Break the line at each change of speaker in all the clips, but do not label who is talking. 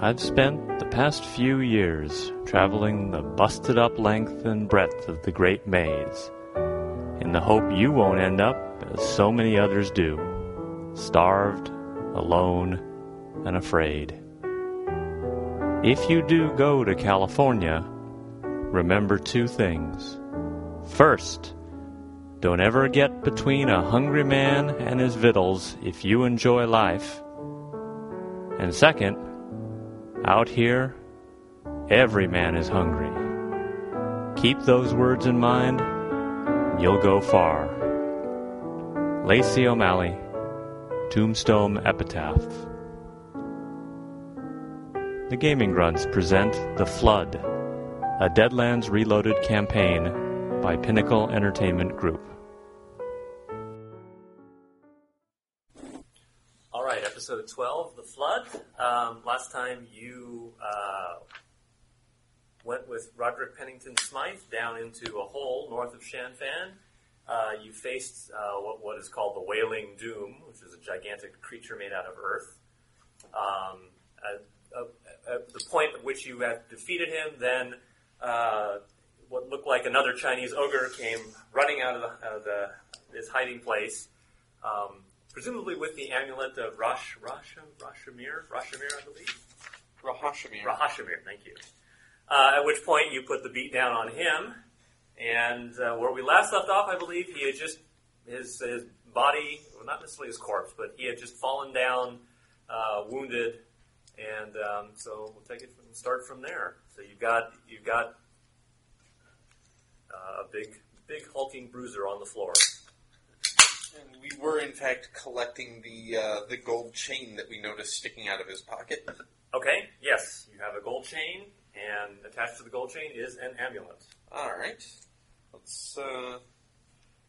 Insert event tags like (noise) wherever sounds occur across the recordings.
I've spent the past few years traveling the busted up length and breadth of the Great Maze in the hope you won't end up as so many others do starved, alone, and afraid. If you do go to California, remember two things. First, don't ever get between a hungry man and his victuals if you enjoy life. And second, out here, every man is hungry. Keep those words in mind, and you'll go far. Lacey O'Malley, Tombstone Epitaph. The Gaming Grunts present The Flood, a Deadlands Reloaded campaign by Pinnacle Entertainment Group.
All right, episode 12, The Flood. Um, last time you uh, went with Roderick Pennington Smythe down into a hole north of Shanfan. Uh, you faced uh, what, what is called the Wailing Doom, which is a gigantic creature made out of earth. Um, at, at- uh, at the point at which you had defeated him, then uh, what looked like another Chinese ogre came running out of, the, out of the, his hiding place um, presumably with the amulet of Rosh, Rasha, Rashamir, Rashamir, I believe.
Rahashimir.
Rahashamir, thank you. Uh, at which point you put the beat down on him, and uh, where we last left off, I believe he had just his his body, well, not necessarily his corpse, but he had just fallen down, uh, wounded, and um, so we'll take it from start from there. So you've got you've got uh, a big big hulking bruiser on the floor.
and we were in fact collecting the uh, the gold chain that we noticed sticking out of his pocket.
Okay, yes, you have a gold chain, and attached to the gold chain is an amulet.
All right, let's uh,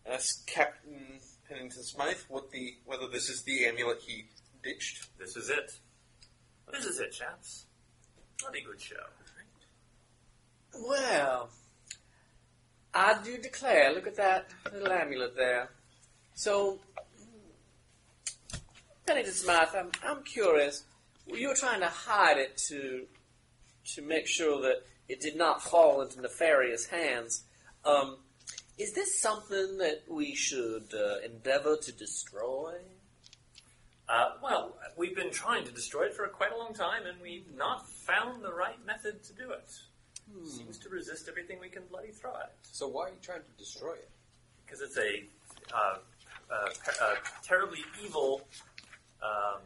ask Captain Pennington Smythe what the whether this is the amulet he ditched.
This is it. This is it, chaps. Bloody good show.
Well, I do declare. Look at that little amulet there. So, Pennington Smythe, I'm, I'm curious. Were you trying to hide it to to make sure that it did not fall into nefarious hands? Um, is this something that we should uh, endeavor to destroy?
Uh, well, we've been trying to destroy it for quite a long time, and we've not found the right method to do it. Seems to resist everything we can bloody throw at it.
Hmm. So why are you trying to destroy it?
Because it's a, uh, uh, ter- uh, terribly evil um,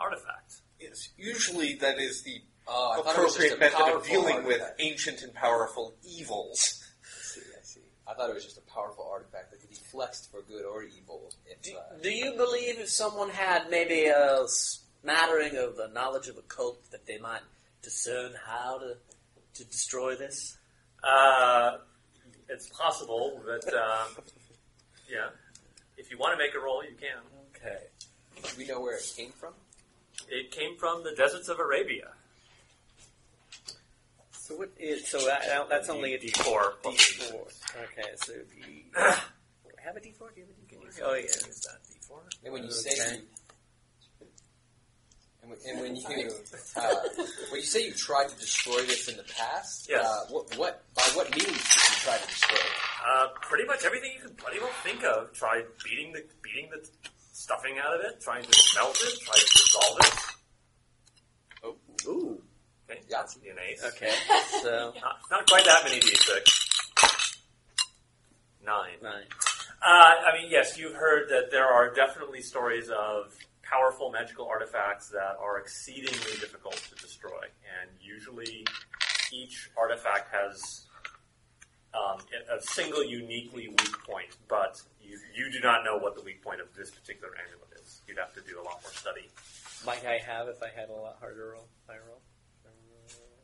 artifact.
Yes, usually that is the
Oh, I thought it was just
appropriate
a
method
powerful
of dealing with
artifact.
ancient and powerful evils.
I see, I see. I thought it was just a powerful artifact that could be flexed for good or evil. If,
Do,
uh,
do you believe if someone had maybe a smattering of the knowledge of a cult that they might discern how to to destroy this?
Uh, it's possible that, um, yeah, if you want to make a roll, you can.
Okay.
do we know where it came from?
It came from the deserts of Arabia.
So what is so that, that- that's only a
D- D4.
D four. Okay, so D. (coughs) have a D four? Do you have a D four? Oh yeah, it's that D four.
And when you say
Okay.
you, and when, and when you uh, when you say you tried to destroy this in the past,
Yes.
uh, what, what by what means did you try to destroy it?
Uh, pretty much everything you could bloody well think of. Try beating the beating the stuffing out of it, trying to melt it, try to dissolve it.
Ooh.
Okay,
Yeah.
that's an ace.
Okay. (laughs) So
Not, not quite that many d6. Nine.
nine.
Uh, I mean, yes, you've heard that there are definitely stories of powerful magical artifacts that are exceedingly difficult to destroy, and usually each artifact has um, a a single uniquely weak point, but you, you do not know what the weak point of this particular amulet is. You'd have to do a lot more study.
Might I have if I had a lot harder roll? Higher roll.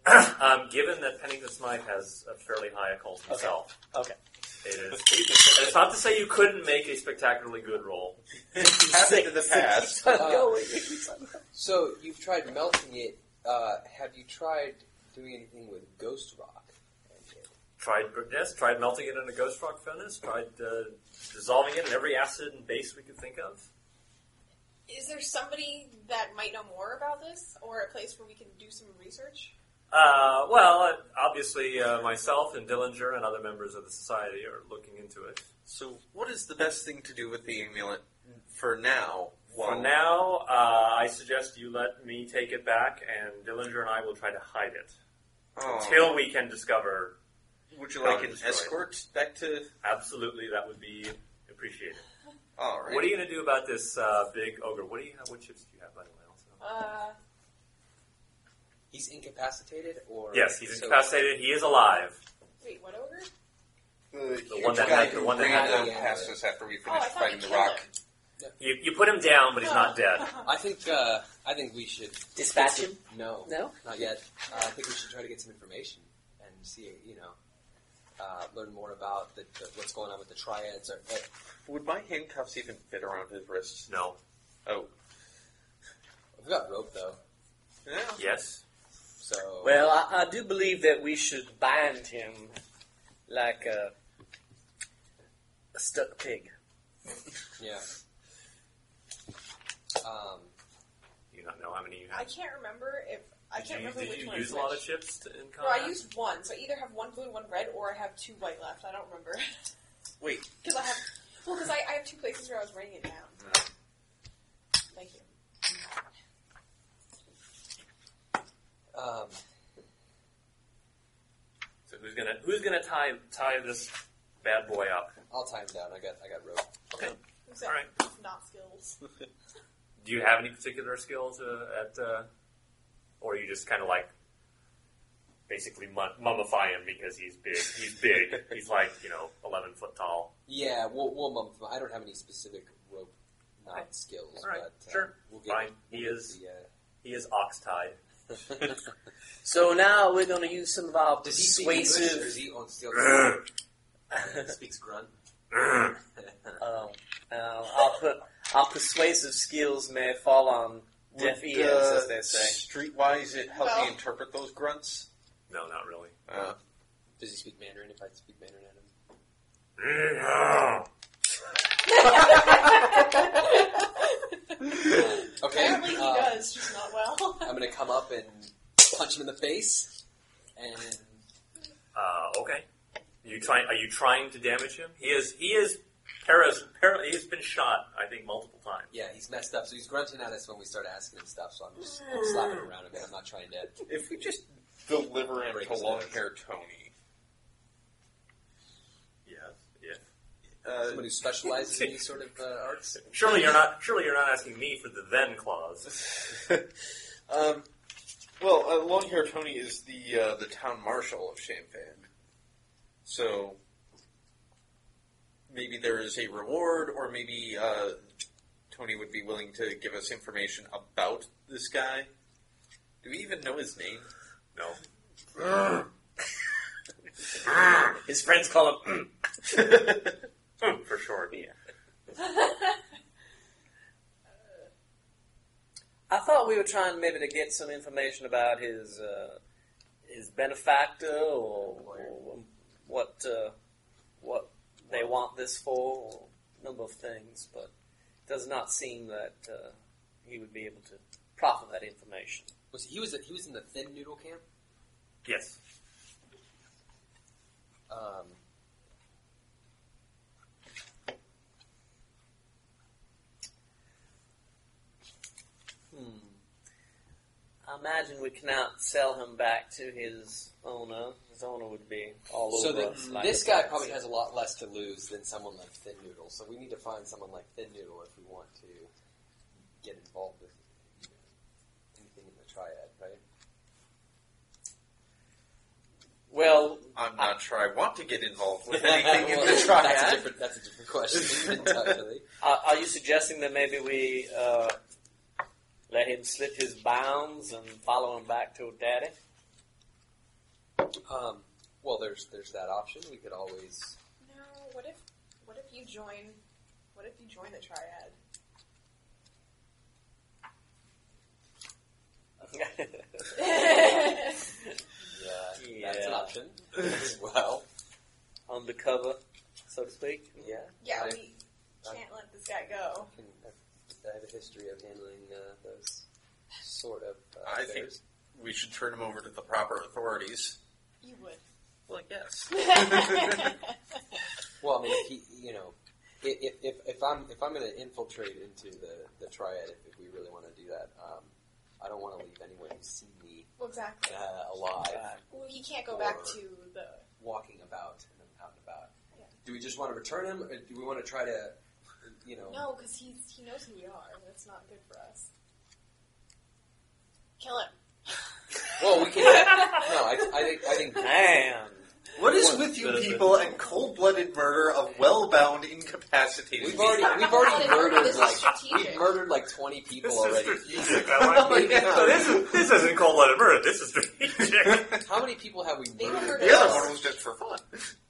Um, given that Pennington Smythe has a fairly high occult himself,
Okay.
it is. and it's not to say you couldn't make a spectacularly good roll.
Happened in the past.
Keep on
(laughs) Uh,
going, keep on going.
So you've tried melting it. Uh, have you tried doing anything with ghost rock?
Tried yes, tried melting it in a ghost rock furnace. Tried uh, dissolving it in every acid and base we could think of.
Is there somebody that might know more about this, or a place where we can do some research?
Uh, well, uh, obviously, uh, myself and Dillinger and other members of the society are looking into it.
So, what is the best thing to do with the amulet for now?
For now, uh, I suggest you let me take it back, and Dillinger and I will try to hide it
Oh.
until we can discover.
would you like
Counter
an
destroy.
escort back to?
Absolutely, that would be appreciated.
All right.
What are you going to do about this uh, big ogre? What do you have? What chips do you have, by the way? Also?
Uh,
He's incapacitated, or
Yes, he's
so-
incapacitated. He is alive.
wait, what ogre?
the,
The
huge
one that
guy
had- the
who
one that
ran
had
down
the-
past us after we
Oh, I
finished
thought
fighting
we
the
killed
rock.
him.
You, you put him down, but he's
(laughs)
not dead.
I think uh, I think we should
Dispatch him?
No,
No?
not yet. Uh, I think we should try to get some information and see, you know, uh, learn more about the, the, what's going on with the triads. Or, uh,
Would my handcuffs even fit around his wrists?
No.
Oh,
we've got rope though,
yeah.
Yes.
so
Well, I, I do believe that we should bind him like a, a stuck pig.
yeah. Um,
Do You don't know how many you
I
have.
can't remember if I
Did
can't
you,
remember
did
which
you
one.
use
is
a lot
which.
of chips to, in
No,
combat?
I used one, so I either have one blue, one red, or I have two white left. I don't remember. (laughs)
Wait.
Because I have, well, because I, I have two places where I was writing it down. Thank you.
um,
So who's gonna who's gonna tie tie this bad boy up?
I'll tie him down. I got I got rope.
Except
All right.
Not skills. (laughs)
Do you have any particular skills uh, at, uh, or you just kind of like basically mum- mummify him because he's big? He's big. (laughs) he's like you know eleven foot tall.
Yeah, we'll, we'll mump them. I don't have any specific rope knot
Okay.
skills,
All right,
but uh,
sure.
we'll get
Fine. He is he is ox (clears throat) tied.
the.
(laughs)
Uh,
So now we're going to use some of our
Does he speak English, or is
persuasive.
he on
(clears throat)
still speaks grunt?
(laughs) um, uh, our, per, our persuasive skills may fall on deaf
Would,
ears,
uh,
as they say.
Streetwise, it help
Well-
me interpret those grunts.
No, not (clears throat) really.
Uh,
Does he speak Mandarin? If I speak Mandarin at him, okay.
Apparently he
uh,
does, just not well. (laughs)
I'm gonna come up and punch him in the face, and
Uh, okay. You trying? Are you trying to damage him? He is. He is. Paris. Paris he's been shot. I think multiple times.
yeah, he's messed up. So he's grunting at us when we start asking him stuff. So I'm just I'm slapping him around a bit. I'm not trying to.
if we just deliver him
Break
to
his
long
legs.
hair Tony,
Yes. Yes.
uh,
Someone who specializes in these sort of uh, arts.
Surely you're not. Surely you're not asking me for the then clause.
(laughs) um, well, uh, Long Hair Tony is the uh, the town marshal of Champagne, so maybe there is a reward, or maybe uh, Tony would be willing to give us information about this guy. Do we even know his
(laughs)
name?
No.
uh,
His friends call him.
for sure. Yeah.
I thought we were trying maybe to get some information about his uh, his benefactor or, or what uh, what they want this for, or a number of things, but it does not seem that uh, he would be able to profit that information.
Was he was he was in the thin noodle camp?
Yes.
Um, Hmm.
I imagine we cannot sell him back to his owner. His owner would be all
so
over
the,
us. like
this
a
guy
bad
probably
seed.
has a lot less to lose than someone like Thin Noodle. So we need to find someone like Thin Noodle if we want to get involved with you know, anything in the triad, right?
Well,
I'm not sure I want to get involved
(laughs)
with anything in
Well,
the triad.
That's a different, that's a different question, actually.
Are, are you suggesting that maybe we uh, let him slip his bounds and follow him back to Daddy?
Um, well, there's there's that option. We could always.
no, what if, what if you join, what if you join the (laughs) triad?
Yeah, uh, that's
Yeah.
an option as
(laughs)
well.
Undercover, so to speak?
Yeah,
yeah,
I-
we can't let this guy go.
can- uh, I have a history of handling uh, those sort of uh,
I think-
affairs.
We should turn him over to the proper authorities.
You would.
Well, yes.
Well, I mean, if he, you know, i- if, if, if I'm if I'm going to infiltrate into the, the triad, if, if we really want to do that, um, I don't want to leave anyone who's seen me
(laughs) well, exactly.
uh, alive,
Well, he can't go back to the.
walking about and out and about.
Yeah.
Do we just want to return him, or do we want to try to, you know?
No, because he's he knows who we are. and That's not good for us. Kill him.
Well, we can. no, I, I think I think
Man.
What is
Well,
with you
the-
people and cold-blooded murder of well-bound incapacitated?
We've
people?
already we've already
This is
murdered like
strategic.
we've murdered like twenty people
This is
already.
strategic. I
(laughs)
like
Maybe
Yeah.
So
not.
this, is, this isn't cold blooded murder. This is (laughs)
(laughs)
strategic.
How many people have we
They were
murdered?
murdered.
The other one was just for fun.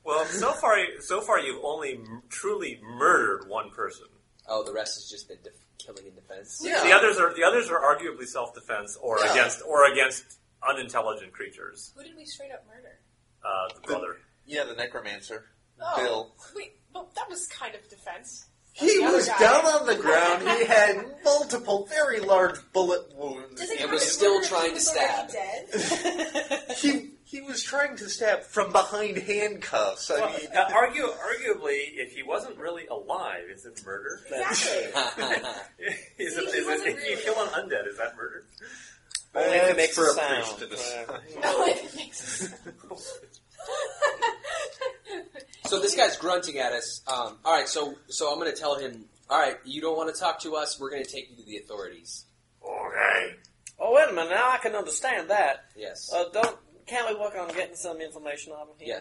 well, so far, so far you've only m- truly murdered one person.
Oh, the rest has just been def- killing in defense.
Yeah.
The others are the others are arguably self defense or
Yeah.
against or against unintelligent creatures.
Who did we straight up murder?
Uh, the brother.
Yeah, the necromancer,
Oh,
Bill.
wait, but that was kind of defense.
He
The other
was
guy.
down on the ground.
(laughs)
He had multiple very large bullet wounds.
Does it
It
count
was
as
still
murder if he
trying to
was already
stab.
Dead?
He he was trying to stab from behind handcuffs. I
Well,
mean,
(laughs) uh, argue, arguably, if he wasn't really alive, is it murder? (laughs)
exactly.
is
See,
it,
he
is
wasn't
it, if you
really
kill an undead, is that murder?
Only if it makes
for
a
a priest
sound.
to decide.
(laughs)
(laughs)
no, it makes
(laughs) So this guy's grunting at us. Um, all right, so so I'm going to tell him. All right, you don't want to talk to us. We're going to take you to the authorities.
Okay.
Oh, wait a minute. Now I can understand that.
Yes.
Oh,
Uh, don't can't we work on getting some information out of him?
Yeah.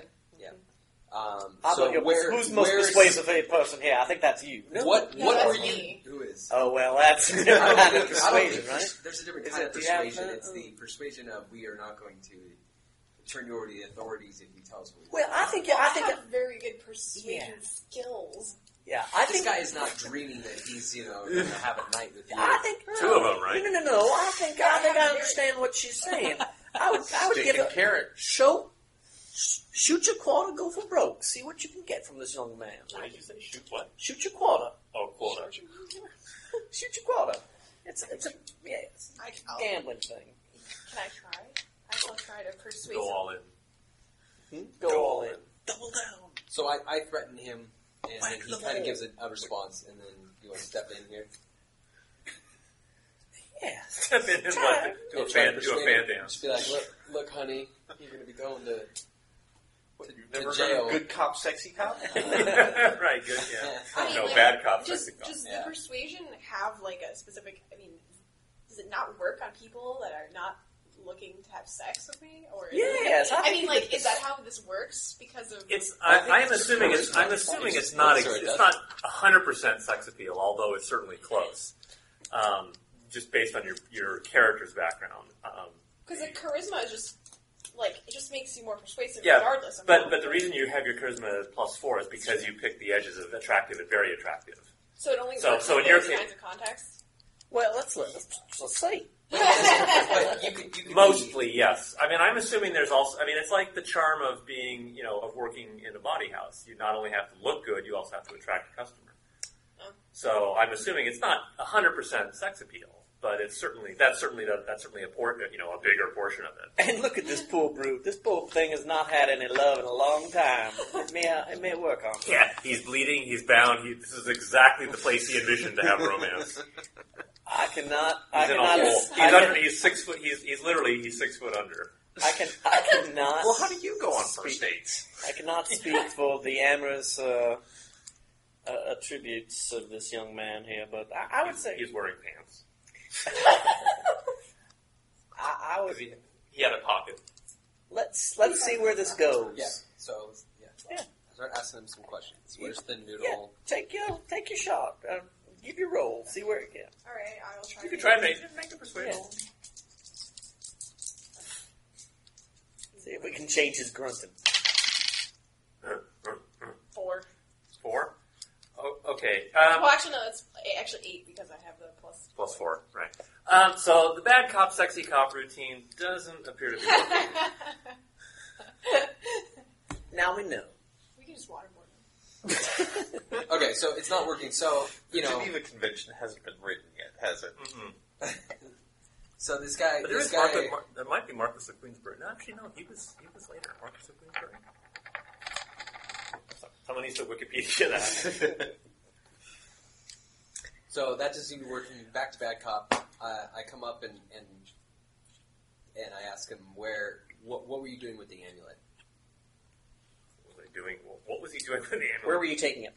Um,
I
so
thought you-
where,
who's the most
where's-
persuasive person here? I think that's you.
What
No,
what
that's
are you?
me.
Who is?
Oh well, that's
(laughs)
(laughs) a
I
different
don't
kind
think-
of
I don't
persuasion,
think-
right?
There's a different
Is
kind
it-
of
do you have
persuasion.
that?
It's the persuasion of we are not going to turn you over to the authorities if you tell us what. we
Well, I think yeah, I think
have very good persuasion
Yeah.
skills.
yeah, I
This
think
guy is not dreaming that he's you
(laughs)
know going to have a night with you.
I think
Two
no,
of 'em, right?
No, no, no. I think I think I understand what she's saying. I would I would
Stick
give
and
a
carrot.
show. sh- Shoot your quarter, go for broke. See what you can get from this young man.
What did you say? Shoot what?
Shoot your quarter.
Oh, quota.
Shoot your quarter. It's it's a yeah, it's
I,
a
I'll, can
gambling thing.
I try? I shall try to persuade.
Go all in.
Go,
Go
all
all
in.
in.
Double down.
So I, I threaten him, and
Whack
then
the
he kind
hole.
of gives a, a response, and then you want to step in here.
Yeah.
(laughs) Step in and let the- do a
and try
fan,
to
do a
persuade
fan (laughs)
him.
dance.
Just be like, look, look, honey, you're going to be
(laughs)
going to.
What, you've never
jail.
heard of good cop, sexy cop?
right, good, yeah. No, bad cops,
Does,
I think.
does
Yeah.
the persuasion have like a specific? I mean, does it not work on people that are not looking to have sex with me? Or is it-
Yes, I
I
think
mean,
you
like,
could-
is that how this works? Because of
It's.
I
I,
think
I am
it's just
assuming it's.
charisma.
I'm assuming
It's-
it's not. Ex,
it's sort of
it's
does.
not hundred percent sex appeal, although it's certainly close. Um, just based on your your character's background. Um,
because the charisma is just like it just makes you more persuasive
Yeah,
regardless. Of
but but the reason you have your charisma at plus four is because you pick the edges of attractive and very attractive.
so it only
so-
works
so
in
in your
those
case-
kinds of contexts.
Well, let's let, let's, let's see.
But you could, you could be-
Mostly, yes. I mean, I'm assuming there's also. I mean, it's like the charm of being, you know, of working in a body house. You not only have to look good, you also have to attract a customer.
Oh.
So I'm assuming it's not 100 percent sex appeal, but it's certainly that's certainly the, that's certainly a port, you know, a bigger portion of it.
And look at this poor brute. This poor thing has not had any love in a long time. It may uh, it may work on. him.
Yeah, he's bleeding, he's bound. He, this is exactly the place he envisioned to have romance. He's
I cannot. I
in a
cannot.
hole. He's,
I,
under,
can,
he's six foot. He's, he's literally he's six foot under.
I can. I cannot.
well, how do you go on first dates?
I
(laughs)
cannot speak for the amorous uh, uh, attributes of this young man here, but I, I would
He's-
say
he's wearing pants.
I, I would.
He had a pocket.
Let's let's see where this goes.
(laughs) Yeah. So yeah.
Yeah.
Start asking him some questions. Where's the noodle?
Yeah, Take your take your shot. Uh, give your roll. See where it goes.
All right, I'll try.
You
to
could try and make make a persuasion.
Yeah. See if we can change his grunting.
four.
Four. Oh, okay. Um,
Well, actually, no, that's eh, actually eight because I have the plus.
plus four, right? Um, so the bad cop, sexy cop routine doesn't appear
(laughs)
to
(laughs)
be. working.
we
Now we know.
(laughs)
can just waterboard him.
Okay, so it's not working. So you
The
know,
Geneva Convention hasn't been written yet, has it?
(laughs) so this guy,
Mm-hmm. But there
this
is
guy,
Marcus, Mar- there might be Marcus of Queensbury. No, actually, no. He was he was later. Marcus of Queensbury. So- Someone needs to Wikipedia
(laughs)
that.
so that doesn't seem to work. From back to bad cop, uh, I come up and and and I ask him where, what, what were you doing with the amulet?
what was he doing? What was he doing with the ambulance?
Where were you taking it?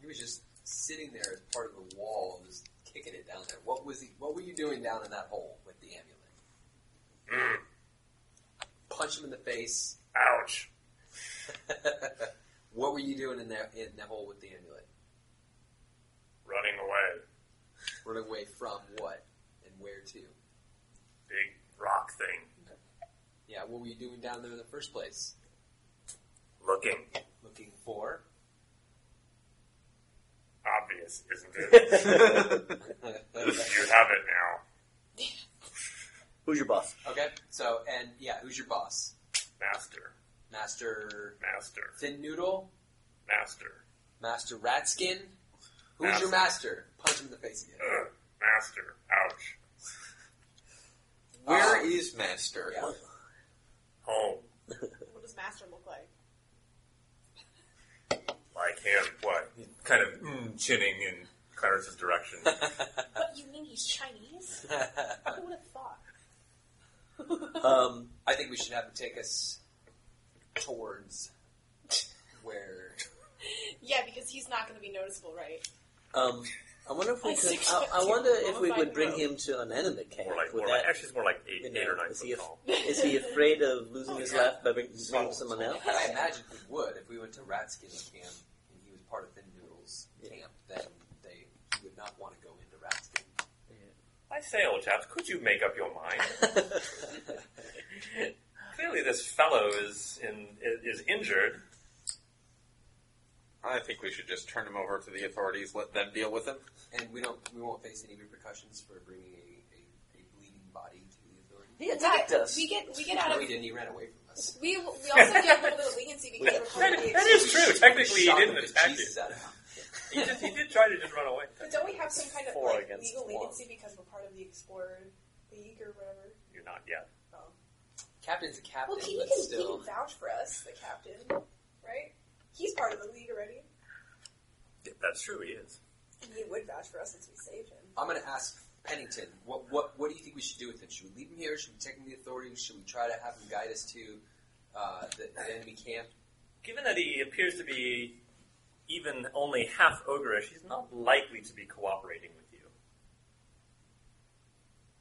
He was just sitting there as part of the wall, and just kicking it down there. What was he? What were you doing down in that hole with the amulet?
Mm.
Punch him in the face. (laughs)
Ouch.
what were you doing in that in that hole with the amulet?
Running away.
Run away from what and where to?
Big rock thing.
Yeah, what were you doing down there in the first place?
Looking
Looking for.
obvious, isn't
(laughs)
it?
okay,
have it now.
(laughs)
Who's your boss?
so and yeah, who's your boss?
Master.
Master
Master.
Thin Noodle,
Master.
Master Ratskin. Who's your
Master.
master? Punch him in the face again.
Ugh. Master. Ouch.
Uh,
Where
Um,
is Master?
Yeah.
Home.
What does Master look like?
Like him. What? Kind of mm, chinning in Clarence's direction.
Uh,
What you mean he's Chinese? Who would have thought?
Um, I think we should have him take us towards where.
Yeah, because he's not going to be noticeable, right?
Um, I wonder if we
Like
could.
six
I,
foot
I
two,
wonder if we
mummified
would bring
rope.
him to an anime camp.
More like,
Would
more like,
that-
actually, it's more like eight,
you
eight
know,
or nine
is, he
foot
af-
tall.
is
(laughs)
he afraid of
Oh,
losing his laugh by bringing bringing someone
(laughs)
else?
I imagine we would if we went to Ratskin's camp and he was part of Thin Noodle's camp. Then they he would not want to go into Ratskin.
I say, old chaps, could you make up your mind?
(laughs)
(laughs)
Clearly, this fellow is in is injured.
I think we should just turn him over to the authorities, let them deal with him.
and we don't we won't face any repercussions for bringing a, a, a bleeding body to the authorities.
He attacked
Right.
us.
We get we get out
No,
of
he
we
didn't. He ran away from us.
we also get a little bit
(laughs)
of leniency because we're part of the
That is true. Technically, he
Shot
didn't
the
attack you.
bejesus out of him.
He, just, he did try to just run away.
But don't we have some kind of
Four
like,
against
legal
one.
leniency because we're part of the Explorer League or whatever?
You're not yet.
Oh.
(laughs) Captain's a captain,
Well, he
but
can, he
still.
can vouch for us, the captain, right? He's part of the league already,
That's true. He is.
and he would vouch for us since we saved him.
I'm going to ask Pennington, what, what, what do you think we should do with him? Should we leave him here? Should we take him to the authorities? Should we try to have him guide us to uh, the, the enemy camp?
Given that he appears to be even only half ogreish, he's not likely to be cooperating with you.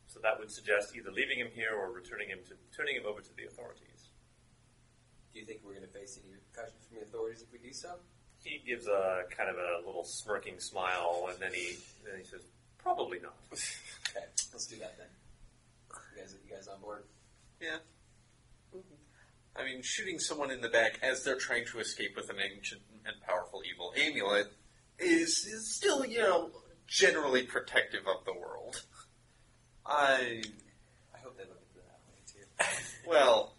So that would suggest either leaving him here or returning him to turning him over to the authorities.
Do you think we're going to face any repercussions from the authorities if we do so?
He gives a kind of a little smirking smile, and then he then he says, "Probably not."
Okay, let's do that then. You guys, you guys on board?
Yeah. I mean, shooting someone in the back as they're trying to escape with an ancient and powerful evil amulet is, is still, you know, generally protective of the world. I.
I hope they look at it that way too.
Well,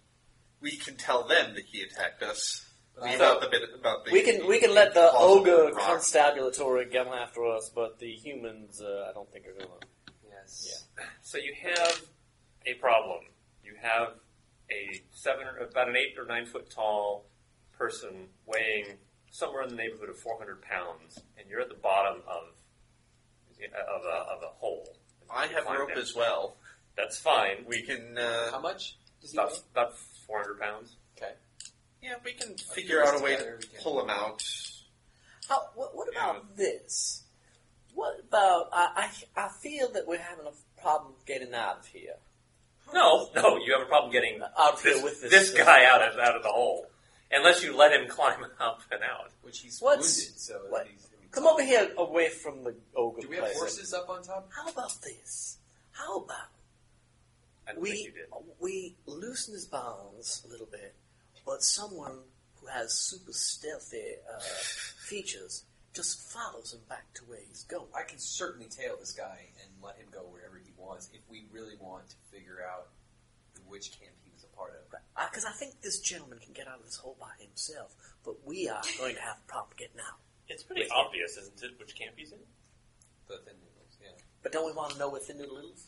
we can tell them that he attacked us.
But I
About the bit about the
We can we can let the
closet
ogre
rock.
constabulatory come after us, but the humans, uh, I don't think are going to.
Yes.
So you have a problem. You have a seven, or about an eight or nine foot tall person weighing somewhere in the neighborhood of 400 pounds, and you're at the bottom of of a, of a hole.
I have rope as well.
That's fine.
We can.
How
Uh,
much? Does he
About,
weigh?
about 400 pounds.
Okay.
yeah, we can figure out a way to pull him out.
How, what, what about this? What about I, I? I feel that we're having a problem getting out of here.
No, no, you have a problem getting
Out of
this,
here with this, uh,
this guy out of out of the hole, unless you let him (laughs) climb up and out.
Which he's
What's-
wounded, so
what-
he's going to be.
Come over here, away from the ogre.
Do we have
place.
horses up on top?
How about this? How about
I don't think
we
you did.
we loosen his bonds a little bit, but someone who has super stealthy uh, features just follows him back to where he's going.
I can certainly tail this guy and let him go wherever he wants if we really want to figure out which camp he was part of it.
Because I think this gentleman can get out of this hole by himself, but we are going to have a problem getting out.
It's pretty obvious, isn't it? Which can't be seen.
The thin noodles, yeah.
But don't we want to know what Thin Noodle is?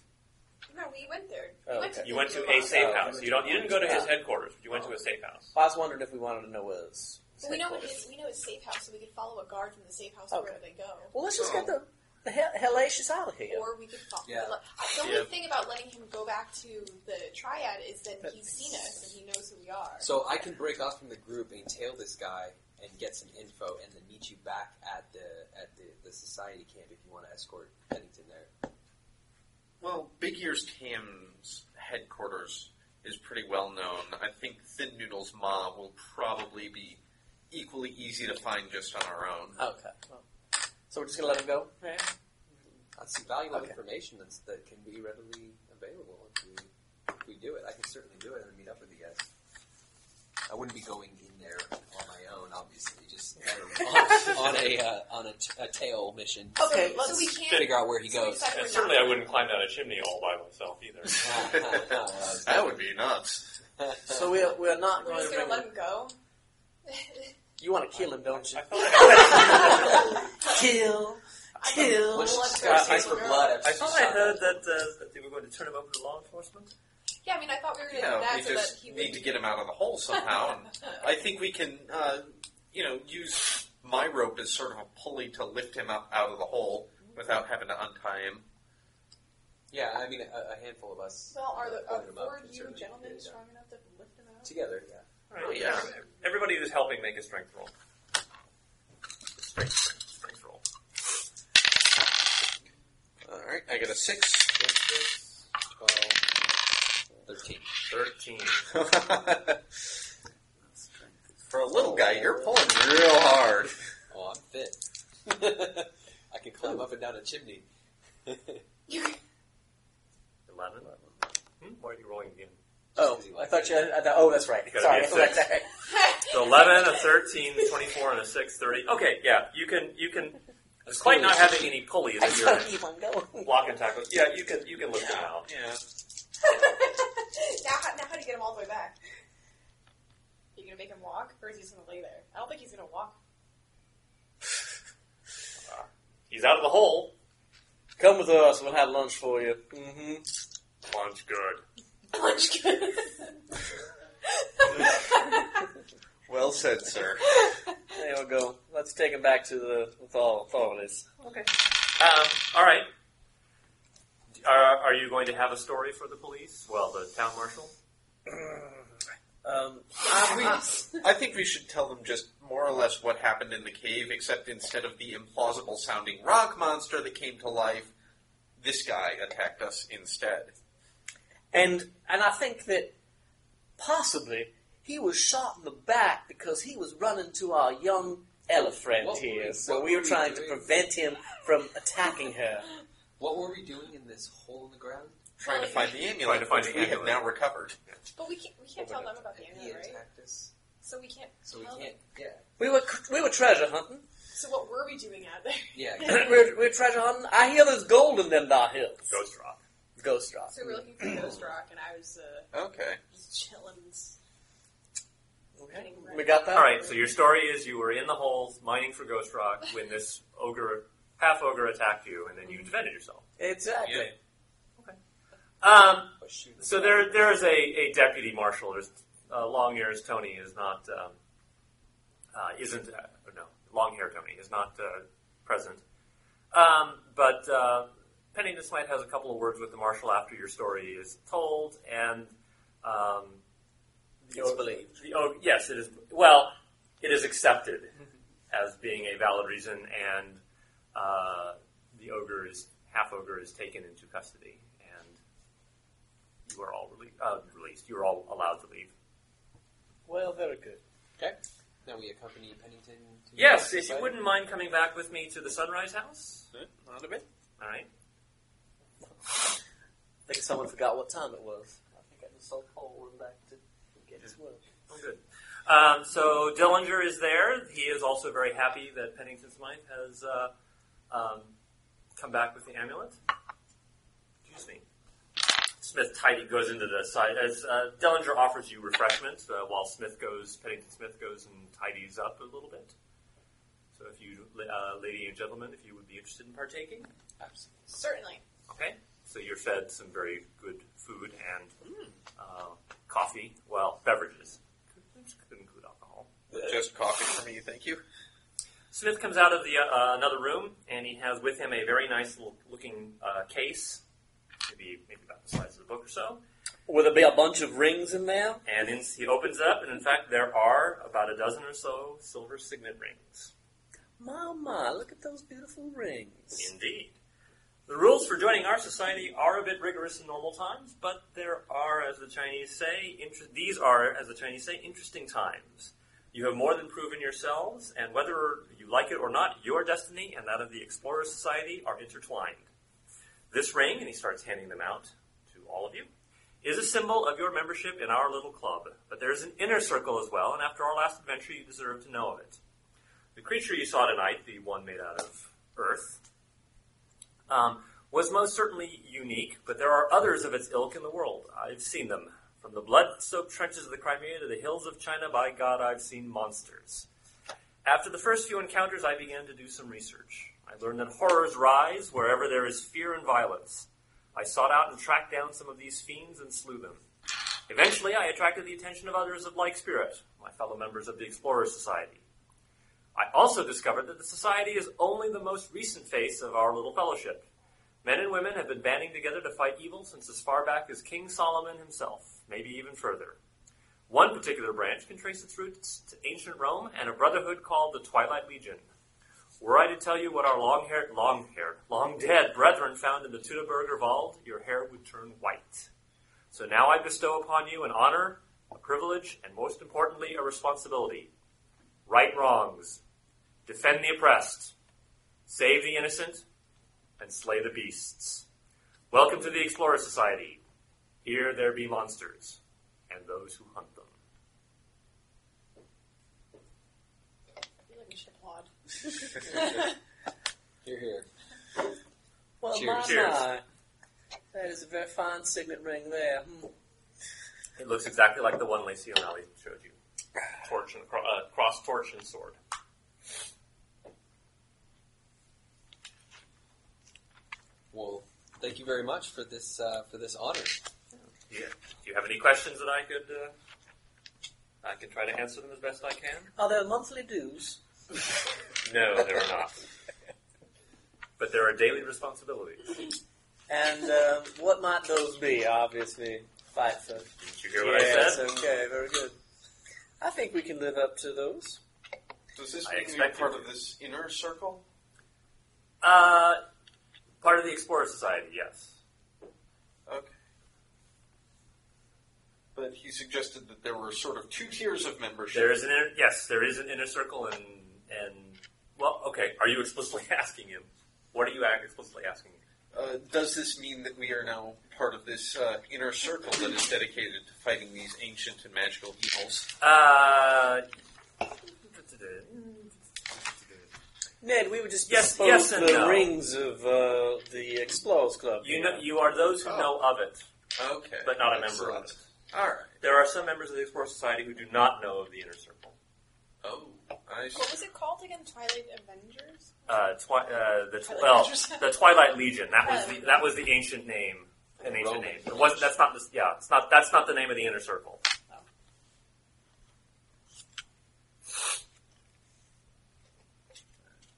No, we went there.
Oh,
went
okay.
You went to
the
a
lodge.
safe house. You don't. You didn't go to his headquarters. But you went to a safe house.
I was wondering if we wanted to know what his
But we know
headquarters-
it's we know it's safe house, so we could follow a guard from the safe house
Okay.
wherever they go.
Well, let's just get the, the he- hellacious out of here.
Or we could follow.
Yeah.
The only
Yeah.
thing about letting him go back to the triad is then
But-
he's seen us and he knows who we are.
So I can break off from the group and tail this guy and get some info, and then meet you back at the at the, the society camp if you want to escort Pennington there.
Well, Big Ears Cam's headquarters is pretty well known. I think Thin Noodle's mom will probably be equally easy to find just on our own.
(laughs)
okay. Well, so we're just going to let him go? Yeah.
That's some valuable
Okay.
information that's, that can be readily available if we, if we do it. I can certainly do it and meet up with you guys. I wouldn't be going in there on my own, obviously.
(laughs)
Just on, on a uh, on a, t- a tail mission.
Oh,
Okay,
so,
let's
so we can't.
Figure out where he
so we
goes.
decided
And
we're
certainly,
not-
I wouldn't climb down a chimney all by myself (laughs) either.
That would be nuts.
(laughs)
So we're, we're not
We're
going to
just gonna
bring
let
him.
him go. (laughs)
You want to kill him, don't you?
I felt like
Kill. Kill.
Let's just
Well,
Uh,
gotta
I-
taste for blood. after
I,
she
thought I
shot
heard that, uh, that they were going to turn him over to law enforcement.
yeah, I mean, I thought we were gonna
Yeah,
do that
we
so that
just
he
need
would.
to get him out of the hole somehow. And I think we can, uh, you know, use my rope as sort of a pulley to lift him up out of the hole without having to untie him.
Yeah, I mean, a, a handful of us.
Well, are
you
the
know,
are
pulled
the
him up
four
and
of you
certainly
gentlemen
did it, uh,
strong enough to lift him out?
Together, yeah.
Oh, yeah.
Everybody who's helping make a strength roll. Strength, strength, strength roll.
All right, I got a (laughs) six.
13.
Thirteen.
For a little guy, you're pulling real hard.
Oh, I'm fit.
Hmm.
(laughs) I can climb up and down a chimney. (laughs)
Eleven. Hmm? Why are you rolling again?
Oh, I thought you had. I thought, oh, that's right.
Gotta
Sorry.
be a
That's (laughs)
six.
all right.
So 11, a 13, a 24, and a 6, 30. Okay, yeah, you can, you can, despite not having any pulleys
I
in your
gotta keep on going.
block and tackle, yeah, you can, you can lift them out.
Yeah.
(laughs) now, how, now, how do you get him all the way back? Are you gonna make him walk, or is he just gonna lay there? I don't think he's gonna (laughs) walk.
He's out of the hole.
Come with us. We'll have lunch for you. Mm-hmm.
Lunch good.
Lunch
Well said, sir.
There we go. Let's take him back to the authorities.
Um, all right. Uh, Are, are you going to have a story for the police? Well, the town marshal?
Um,
We- I think we should tell them just more or less what happened in the cave, except instead of the implausible sounding rock monster that came to life, this guy attacked us instead.
and and I think that possibly he was shot in the back because he was running to our young Ella friend
What
here.
were-
so
what
we
were
were trying
we
to
doing?
prevent him from attacking her.
What were we doing in this hole in the ground?
Trying to find the Oh
Trying
amulet,
to find
which
the
we
amulet.
have now recovered.
But we can't. We can't tell them about the
he
amulet, right?
attacked us.
So we can't.
So we
tell
can't.
them.
Yeah.
We were we were treasure hunting. (clears throat)
So what were we doing out there?
we,
Yeah.
were, we were treasure hunting. I hear there's gold in them dar hills.
Ghost Rock.
Ghost rock.
(laughs) So we were looking
(clears throat)
for Ghost Rock, and I was uh,
Okay.
just chilling.
Okay. We got that.
All right, so your story is you were in the hole mining for Ghost Rock when this ogre, half ogre attacked you, and then you defended yourself.
Exactly.
Yeah.
Um,
Or shoot
So there, there is a, a deputy marshal. There's uh, long ears Tony is not um, uh, isn't uh, no long hair Tony is not uh, present. Um, but uh, Pennington Smite has a couple of words with the marshal after your story is told, and um, the
It's
og-
believed.
The, oh, yes, it is. Well, it is accepted as being a valid reason, and uh, the ogre is half ogre is taken into custody, and you are all rele- uh, released. You are all allowed to leave.
Well, very good.
Okay. Now we accompany Pennington. To
Yes,
the
if you
site.
wouldn't mind coming back with me to the Sunrise House.
Not a bit.
All right.
I think someone forgot what time it was. I think I just saw Paul run back to get his work.
Oh, good. Um, so Dillinger is there. He is also very happy that Pennington Smythe has uh, um, come back with the amulet. Excuse me. It's Smith tidy goes into the side as uh, Dellinger offers you refreshments uh, while Smith goes Pennington Smith goes and tidies up a little bit. So if you, uh, lady and gentlemen, if you would be interested in partaking,
Certainly.
okay. So you're fed some very good food and uh, coffee, well beverages, which could include alcohol.
Just coffee for me, thank you.
Smith comes out of the uh, another room, and he has with him a very nice l- looking uh, case, maybe maybe about the size of a book or so.
Will there be a bunch of rings in there?
And in, he opens up, and in fact, there are about a dozen or so silver signet rings.
Mama, look at those beautiful rings.
Indeed. The rules for joining our society are a bit rigorous in normal times, but there are, as the Chinese say, inter- these are, as the Chinese say, interesting times. You have more than proven yourselves, and whether you like it or not, your destiny and that of the Explorer Society are intertwined. This ring, and he starts handing them out to all of you, is a symbol of your membership in our little club. But there is an inner circle as well, and after our last adventure, you deserve to know of it. The creature you saw tonight, the one made out of earth, um, was most certainly unique, but there are others of its ilk in the world. I've seen them. From the blood soaked trenches of the Crimea to the hills of China, by God, I've seen monsters. After the first few encounters, I began to do some research. I learned that horrors rise wherever there is fear and violence. I sought out and tracked down some of these fiends and slew them. Eventually, I attracted the attention of others of like spirit, my fellow members of the Explorer Society. I also discovered that the society is only the most recent face of our little fellowship. Men and women have been banding together to fight evil since as far back as King Solomon himself, maybe even further. One particular branch can trace its roots to ancient Rome and a brotherhood called the Twilight Legion. Were I to tell you what our long-haired, long-haired, long-dead brethren found in the Teutoburger Wald, your hair would turn white. So now I bestow upon you an honor, a privilege, and most importantly, a responsibility. Right wrongs, defend the oppressed, save the innocent, and slay the beasts. Welcome to the Explorer Society. Here there be monsters, and those who hunt them.
I feel like we should (laughs) applaud.
You're here.
Well,
Cheers.
my,
Cheers.
my. That is a very fine signet ring there. Hmm.
It looks exactly like the one Lacey O'Malley showed you. Torch and cro- uh, cross torch and sword.
Well, thank you very much for this uh, for this honor.
Yeah. Do you have any questions that I could? Uh, I can try to answer them as best I can.
Are there monthly dues?
No, there are not. But there are daily responsibilities.
And um, what might those be? Obviously, fight for.
Did you hear what I
yes,
said?
okay, very good. I think we can live up to those.
Does this
I
mean you're
expected
part
to.
of this inner circle?
Uh, part of the Explorer Society. Yes.
Okay. But he suggested that there were sort of two tiers of membership.
There is an inner, yes, there is an inner circle, and and well, okay. Are you explicitly (laughs) asking him? What are you ac- explicitly asking?
Uh, does this mean that we are now part of this uh, inner circle that is dedicated to fighting these ancient and magical evils?
Uh,
Ned, we were just
Yes,
bespoke
yes and
the
no.
rings of uh, the Explorers Club.
you know, you are those who know of it,
Okay.
but not a member of
Excellent.
it.
All right.
There are some members of the Explorer Society who do not know of the inner circle.
Oh, I see.
What was it called again? Twilight Avengers?
Uh, twi- uh, the tw-
Twilight
well,
Legion.
the Twilight Legion. That was the that was the ancient name. An ancient
Roman
name. It wasn't. That's not. This, yeah. It's not. That's not the name of the inner circle.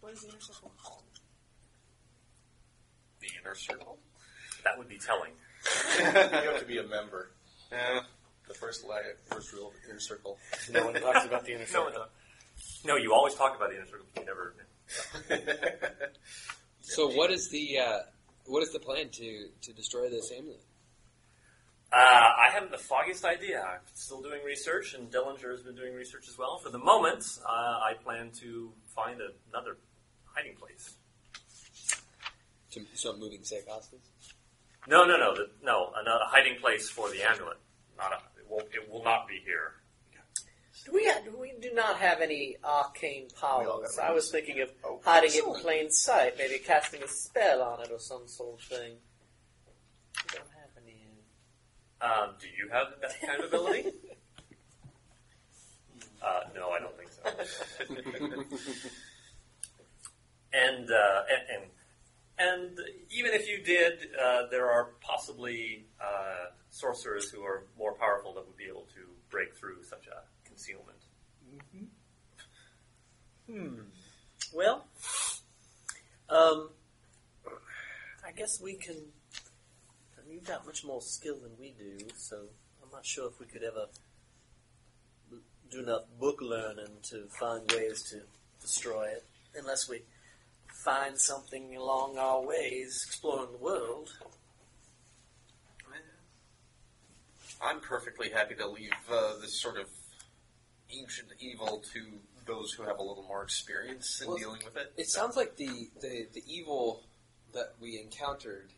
What is the inner circle called?
The inner circle.
That would be telling.
(laughs) You have to be a member.
Yeah.
The first la first rule of the inner circle.
No one
(laughs)
talks about
(laughs)
the inner
No,
circle.
no, you always talk about the inner circle, but you never.
So, what is the uh, what is the plan to to destroy this amulet?
Uh, I haven't the foggiest idea. I'm still doing research, and Dillinger has been doing research as well. For the moment, uh, I plan to find another hiding place.
To, so, I'm moving safe hostages.
No, no, no, the, no, another hiding place for the amulet. Not a, it, won't, it will not be here.
Do we, do we do not have any arcane powers. I was thinking of
Oh,
hiding it in
excellent.
plain sight, maybe casting a spell on it or some sort of thing. We don't have any.
Um, do you have that kind of
(laughs)
ability? uh, no, I don't think so. (laughs) and, uh, and and and even if you did, uh, there are possibly uh, sorcerers who are more powerful that would be able to break through such a concealment.
Well, um, I guess we can. You've got much more skill than we do, so I'm not sure if we could ever b- do enough book learning to find ways to destroy it, unless we find something along our ways exploring the world.
(laughs) I'm perfectly happy to leave uh, this sort of ancient evil to those who have a little more experience in
Well,
dealing with it.
It sounds like the, the, the evil that we encountered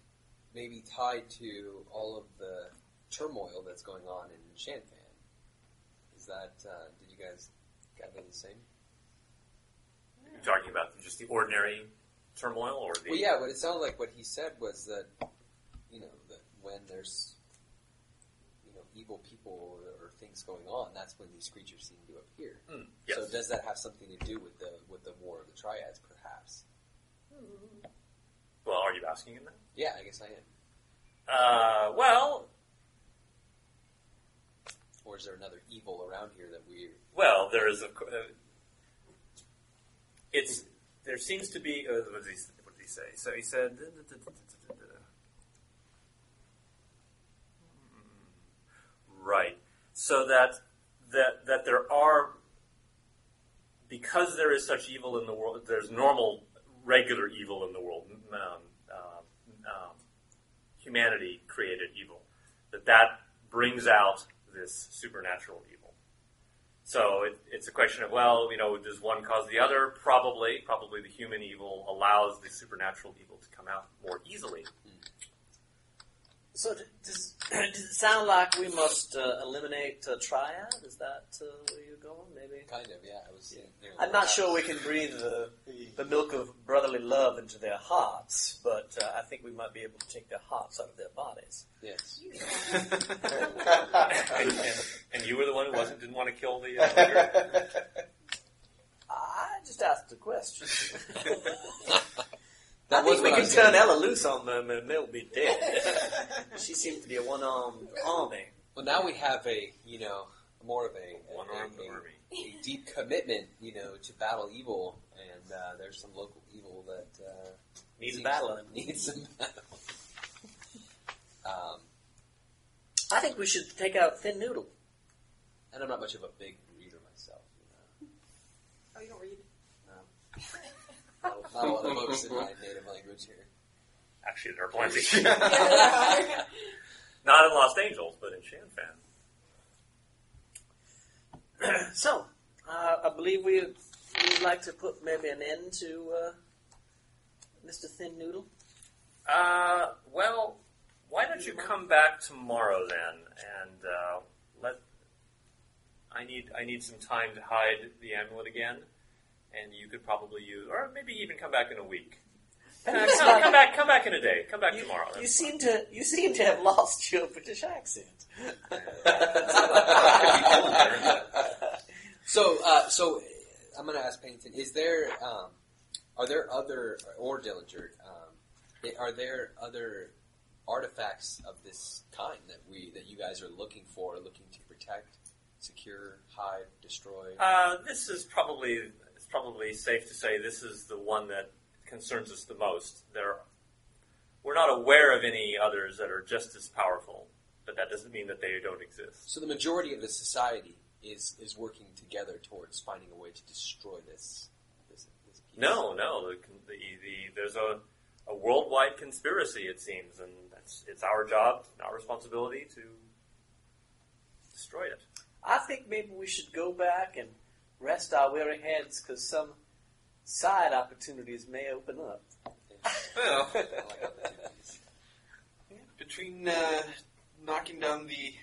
may be tied to all of the turmoil that's going on in Shanfan. Is that, uh, did you guys gather the same?
You're talking about just the ordinary turmoil, or the
Well, yeah, but it sounded like what he said was that, you know, that when there's, you know, evil people or, or things going on, that's when these creatures seem to appear.
Hmm, yes.
So does that have something to do with the with the war of the triads, perhaps?
well, are you asking him that?
Yeah, I guess I am.
Uh, well,
Or is there another evil around here that we?
Well, there is a. uh, It's there seems to be. Uh, what, did he, what did he say? So he said. Right. So that that that there are because there is such evil in the world. There's normal, regular evil in the world. Um, um, um, humanity created evil. That that brings out this supernatural evil. So it, it's a question of, well, you know, does one cause the other? Probably. Probably the human evil allows the supernatural evil to come out more easily.
So d- does, (clears throat) does it sound like we must uh, eliminate uh, triad? Is that uh, where you're going? Maybe.
Kind of, yeah. I was. you know,
I'm not sure we can breathe the, the milk of brotherly love into their hearts, but uh, I think we might be able to take their hearts out of their bodies.
Yes.
(laughs)
And, and, and you were the one who wasn't didn't want to kill the. Uh,
(laughs)
leader?
(laughs)
I just asked a question. I
That was
think we
what I
can
was
turn
gonna-
Ella loose on them and they'll be
(laughs)
dead. she seems to be a one-armed army.
Well, now we have a you know more of a
One
a-
armed
a-
army.
a deep commitment, you know, to battle evil, and uh, there's some local evil that uh,
Needs battling.
Needs some battle. um,
I think we should take out Thin Noodle.
and I'm not much of a big reader myself. You
Oh, you don't (laughs) read.
know, not, not a lot of books in my native language here.
Actually, there are plenty. (laughs) Not in Lost Angels, but in Shanfan.
So, uh, I believe we would like to put maybe an end to uh, Mr. Thin Noodle.
Uh, well, why don't you come back tomorrow then, and uh, let I need I need some time to hide the amulet again, and you could probably use, or maybe even come back in a week. Uh, come, come back, come back in a day. Come back
You,
tomorrow.
you seem to you seem to have (laughs) lost your
(laughs)
British accent.
(laughs) So, uh, so uh, I'm going to ask Pennington: Is there, um, are there other, or Dillinger, um, i- are there other artifacts of this kind that we that you guys are looking for, looking to protect, secure, hide, destroy?
Uh, this is probably it's probably safe to say this is the one that concerns us the most. There, we're not aware of any others that are just as powerful, but that doesn't mean that they don't exist.
So the majority of the society is is working together towards finding a way to destroy this. this, this piece.
No, no. The, the, the, there's a, a worldwide conspiracy, it seems, and that's, it's our job, our responsibility to destroy it.
I think maybe we should go back and rest our weary heads because some side opportunities may open up.
Well,
I like opportunities.
(laughs) between uh, knocking down the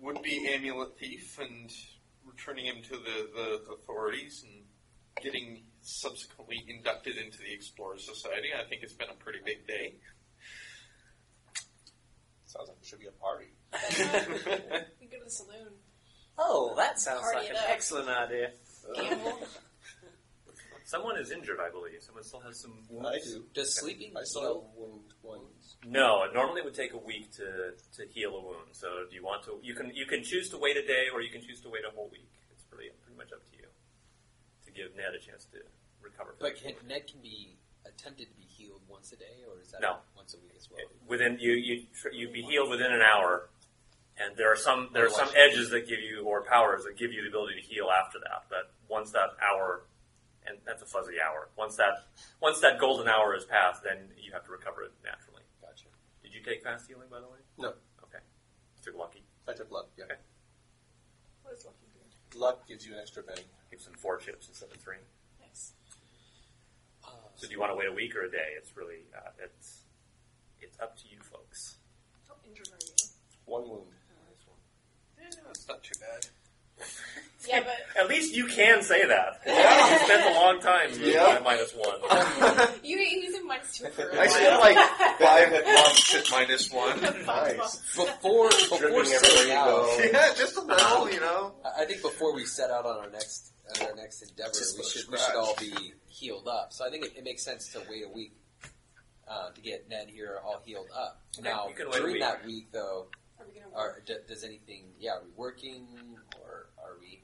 would-be amulet thief and returning him to the, the authorities and getting subsequently inducted into the Explorers Society, I think it's been a pretty big day. (laughs)
Sounds like it should be a party.
But, uh, we go to the saloon.
Oh, that sounds
Party
like
it
an
up.
excellent idea.
Gamble.
Someone is injured, I believe. Uh, Someone still has some wounds.
I do.
Does sleeping
I still
heal?
have wound ones.
No, normally it would take a week to, to heal a wound. So do you want to? You can you can choose to wait a day, or you can choose to wait a whole week. It's pretty pretty much up to you to give Ned a chance to recover. from
But
it.
can, Ned can be attempted to be healed once a day, or is that
No.
once a week as well?
within you you tr- you'd be healed within an hour, and there are some there are some
Otherwise-
edges that give you or powers that give you the ability to heal after that. But once that hour, and that's a fuzzy hour. Once that once that golden hour is passed, then you have to recover it naturally.
Gotcha.
Did you take fast healing by the way?
No,
Okay, you're lucky.
I took luck. Yeah,
Okay.
What is lucky doing?
luck gives you an extra bang.
Gives them four chips instead of three.
Nice.
So do you want to wait a week or a day? It's really uh, it's it's up to you folks.
How injured are you?
One wound.
It's not too bad.
(laughs) Yeah, but
At least you can say that. You spent a long time with
Yeah.
minus one.
(laughs)
you you said minus two for
I still like
(laughs)
five months at minus one.
nice.
Before before
Dripping
setting
everywhere you
out,
go.
Yeah, just a little, you know.
(laughs) I I think before we set out on our next on our next endeavor,
Just
we
a
should we
scratch.
should all be healed up. So I think it, it makes sense to wait a week uh, to get Ned here all healed up.
Okay,
Now
you can wait a
during
week.
that week, though,
Are we gonna work? (laughs)
are, d- does anything? Yeah, are we working or are we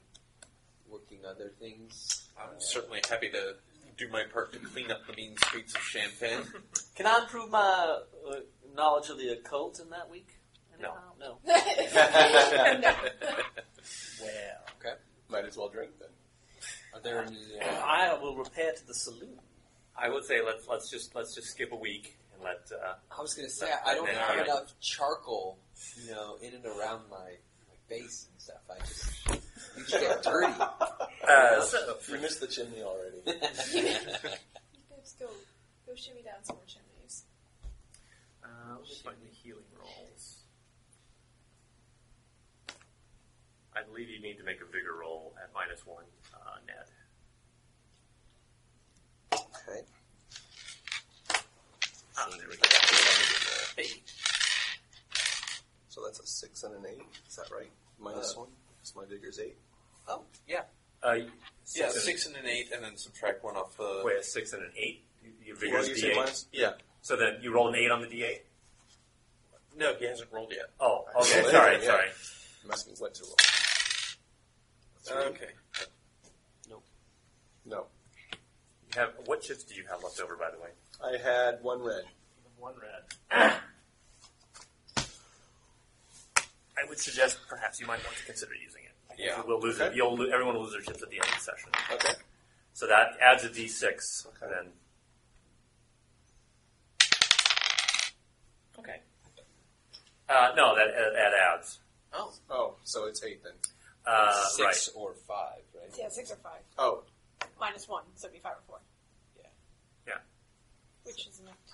working other things?
I'm certainly happy to do my part to clean up the mean streets of Champagne.
(laughs) Can I improve my uh, knowledge of the occult in that week?
No.
No. Well,
Might as well drink then.
Are there any? Uh,
I will repair to the saloon.
I would say let's let's just let's just skip a week and let uh,
I was gonna say I don't
Ned,
have
alright.
enough charcoal, you know, in and around my, my face and stuff. I just you just get dirty.
uh, so,
You missed the
(laughs)
chimney already.
You guys go go shimmy down some more chimneys.
uh, let me find the healing rolls. I believe you need to make a bigger roll at minus one, uh, Ned.
Okay.
Ah, there we go.
So that's a six and an eight. Is that right?
Uh,
Minus one. Because my vigor's eight.
Oh yeah.
Uh,
yeah,
and-
six and an eight, and then subtract one off the.
Wait, a six and an eight. You- Your
What
vigor is
did you say,
D8.
minus- Yeah.
So then you roll an eight on the D8.
No, he hasn't rolled yet.
Oh, okay.
Well,
sorry,
yeah.
sorry.
Must means like to roll.
Uh, Okay.
No.
You have what chips do you have left over, by the way?
I had one red.
One red. (clears throat) I would suggest perhaps you might want to consider using it. I think
Yeah.
We'll lose it.
Okay.
You'll lo- everyone will lose their chips at the end of the session.
Okay.
So that adds a D6.
Okay.
and Then. Okay. Uh, no, that, uh, that adds.
Oh, so it's eight then.
Uh,
six or five, right?
Yeah, six or five.
Oh,
Minus one, so it'd be five or four.
Yeah.
Yeah.
Which is enough to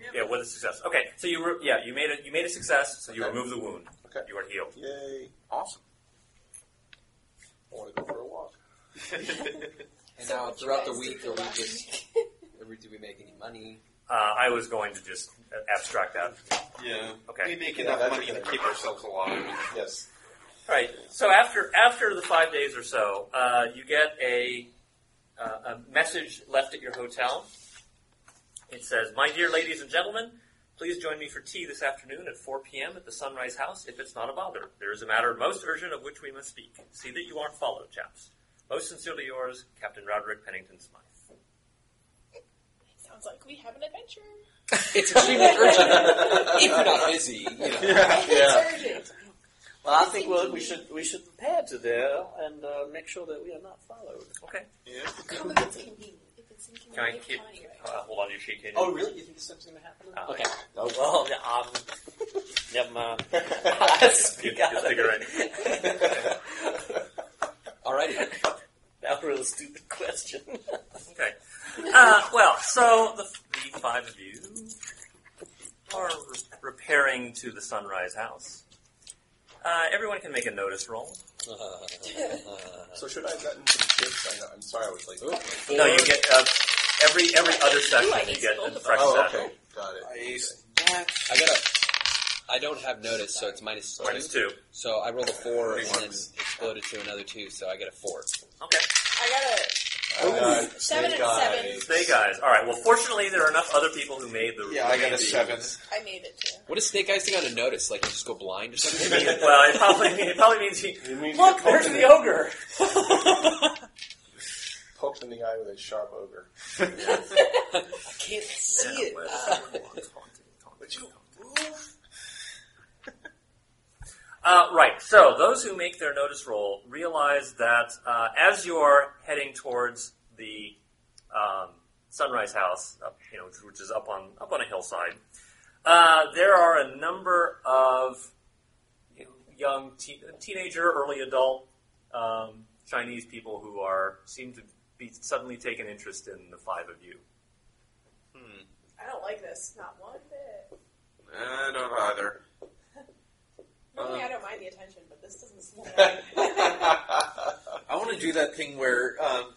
Right. Yeah, with a success. Okay, so you re- yeah you made a you made a success. So you
Okay.
remove the wound.
Okay.
You are healed.
yay!
Awesome.
I want to go for a walk.
And
So
now
what you
throughout the
guys
week,
did
are we
last
just
week. (laughs)
are we, do we make any money?
Uh, I was going to just abstract that.
(laughs) Yeah.
Okay.
We make
Yeah,
enough
that's
money
okay.
to keep ourselves alive. (laughs)
Yes.
All right. So after after the five days or so, uh, you get a uh, a message left at your hotel. It says, "My dear ladies and gentlemen, please join me for tea this afternoon at 4 p.m. at the Sunrise House. If it's not a bother, there is a matter most urgent of which we must speak. See that you aren't followed, chaps. Most sincerely yours, Captain Roderick Pennington Smythe."
Sounds like we have an adventure.
It's (laughs) extremely urgent. if you're not busy, you know.
It's urgent.
Well, I think we'll, we should we should repair to there and uh, make sure that we are not followed.
Okay.
Yeah.
Come if it's convenient. If it's
Can I
inconvenient,
keep?
come anyway.
Uh, hold on to your sheet. Can you?
Oh, really? You think something's going to happen?
Oh,
Uh,
okay.
Nope.
Well, yeah, um,
(laughs)
never mind. I
You
speak
can
out
just
of
figure it.
it.
(laughs) Alrighty.
That was a stupid question.
Okay. Uh, well, so the, the five of you are re- repairing to the Sunrise House. Uh, everyone can make a notice roll.
So should I have gotten some chips? I know, I'm sorry, I was late.
No, you get uh, every
Oh,
every other session you get a fresh
Oh,
set.
okay. Got it.
I,
I got a
I don't have notice, so it's minus two.
Minus two.
So I rolled a four and
Pretty
then
works.
exploded to another two, so I get a four.
Okay.
I got
Uh,
a seven and
snake
a
eye.
seven.
Snake eyes. All right. Well, fortunately, there are enough other people who made the.
Yeah, I got a seven.
I made it too.
What does Snake Eyes think on a notice? Like you just go blind or
(laughs)
something?
well, it probably, it probably means he.
Look, there's the ogre.
Poked in the eye with a sharp
(laughs)
ogre.
I can't see it.
Uh, right. So those who make their notice roll realize that uh, as you're heading towards the um, Sunrise House, up, you know, which- which is up on up on a hillside, uh, there are a number of you know, young teen teenager, early adult um, Chinese people who are seem to be suddenly taking interest in the five of you.
I don't like this. Not one bit.
I don't Uh, either.
Uh,
Normally, I don't mind the attention, but this doesn't seem
(laughs)
right. (laughs)
I want to do that thing where, um,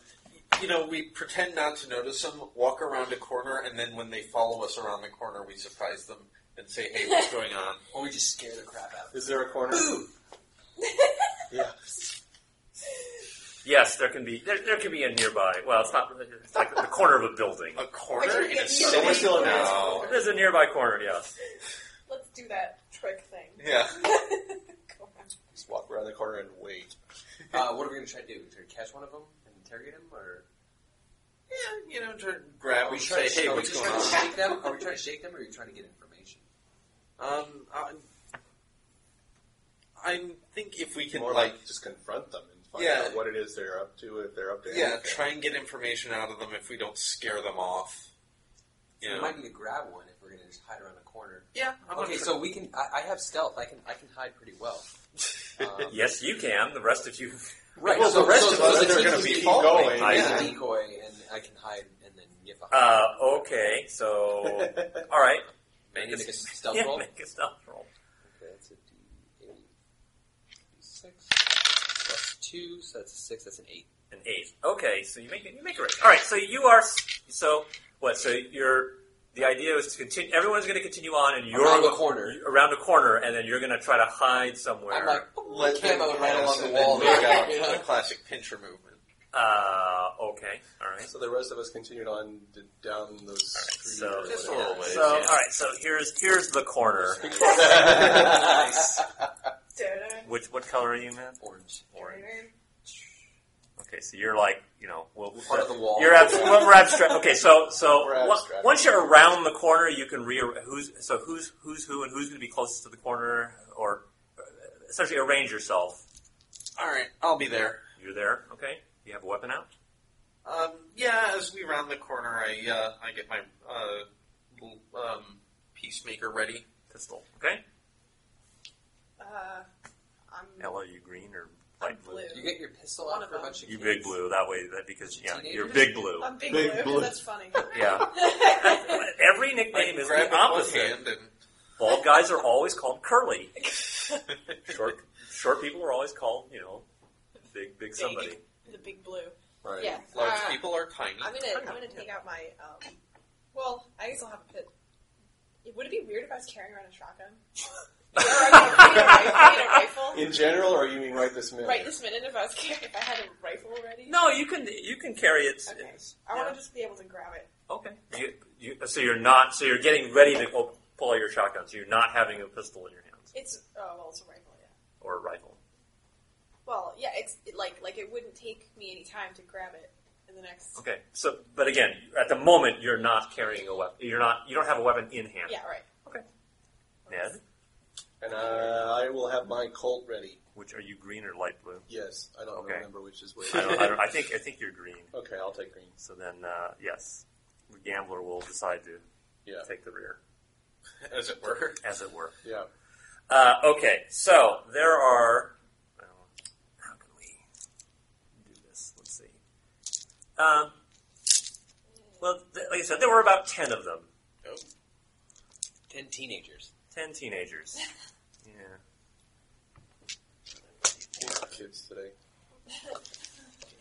you know, we pretend not to notice them, walk around a corner, and then when they follow us around the corner, we surprise them and say, "Hey, what's going on?"
Or we just scare the crap out of
Is there a corner? (laughs) yeah.
Yes, there can be there, there can be a nearby. Well, it's not it's like the corner of a building.
A corner
Like,
in
yeah,
a
you
city?
know, still in
No.
Mexico.
There's a nearby corner. Yes.
Let's do that trick thing. (laughs)
Yeah.
Go around.
Just walk around the corner and wait.
them. Uh, what are we going to try to do? Try to catch one of them and interrogate him? Or
Yeah, you know, try to grab
are we
them,
trying
say,
to,
"Hey,
are we
what's
just
going
trying to
on?"
shake them? Are we trying to shake them or are you trying to get information?
Um, I, I think if we can,
More
like,
like just confront them and find
Yeah.
out what it is they're up to, if they're up to
yeah,
anything.
try and get information out of them if we don't scare them off. You
We
know.
might need to grab one if we're going to just hide around a corner.
yeah. I'm
Okay, so we can. I, I have stealth. I can. I can hide pretty
(laughs)
well. Um,
Yes, you can. The rest of you.
Right.
Well,
so
the rest
so,
of
so
us
the
are
team
gonna
is
be
decoy.
following.
I
Yeah.
can decoy, and I can hide, and then get behind.
Uh, okay, so all right.
I need to make a stealth
yeah,
roll.
make a stealth roll.
Okay, that's a D8. Six plus two, so that's a six. That's an eight.
An eight. Okay, so you make it. You make it right. All right, so you are. s- So what? So you're. The idea is to continue. Everyone's going to continue on, and you're
Around the corner.
you- around a corner, and then you're going to try to hide somewhere.
I'm like
Let them
camo right
pass
along the
and then
wall.
we got
You
(laughs)
know?
the classic pincher movement.
uh, okay, all right.
So the rest of us continued on to, down those streets.
so-
or
Just a
whatever.
little ways.
So all right, so here's here's
(laughs)
the corner.
Dun,
Which what color are you, man?
Orange.
Orange.
dun.
Okay, so you're like you know well,
Part of the wall.
You're abstract. well, we're abstract. Okay, so so
We're
wa-
abstract.
once you're around the corner, you can re who's so who's who's who and who's going to be closest to the corner, or uh, essentially arrange yourself.
All right, I'll be there.
You're there. Okay, you have a weapon out.
Um, yeah, as we round the corner, I uh, I get my uh, little um, peacemaker ready.
Pistol. Okay.
Uh, I'm,
Yellow, you green or
I'm
light
blue.
blue?
You get your pistol
One
out
of
for a
them.
bunch of
You
kids.
big blue. That way, that because yeah, you're
Teenagers?
big blue.
I'm big,
Big
blue.
blue.
(laughs)
That's funny. (laughs)
Yeah. Every nickname
I
is
grab
the
with one
opposite.
hand and
Bald guys are always called curly. Short short people are always called you know big big somebody.
the big blue.
Right.
Yeah.
large
uh,
people are tiny.
I'm gonna I'm gonna take out my um. Well, I guess I'll have a pit. Would it be weird if I was carrying around
(laughs)
a shotgun? or I mean, a rifle?
In general, or you mean right this minute?
Right this minute, if I was carrying, if I had a rifle ready.
No, you can you can carry it.
Okay. I want
Yeah.
to just be able to grab it.
Okay. You, you, so you're not. So you're getting ready to op- pull out your shotgun. So you're not having a pistol in your hands
It's oh well, it's a rifle. Yeah.
or a rifle.
Well, yeah. It's it, like like it wouldn't take me any time to grab it in the next.
Okay. So, but again, at the moment, you're not carrying a weapon. You're not. You don't have a weapon in hand.
Yeah. Right.
Ned,
And uh, I will have my Colt ready.
which are you green or light blue?
Yes, I don't
Okay.
remember which
(laughs)
is which.
I, don't, I, don't, I think I think you're green.
(laughs) okay, I'll take green.
So then, uh, yes, the gambler will decide to
Yeah,
take the rear,
as it were.
as it were.
yeah.
Uh, okay, so there are. well, How can we do this? Let's see. Um, well, th- like I said, there were about ten of them.
Ten teenagers.
Ten teenagers. Yeah.
Poor kids today.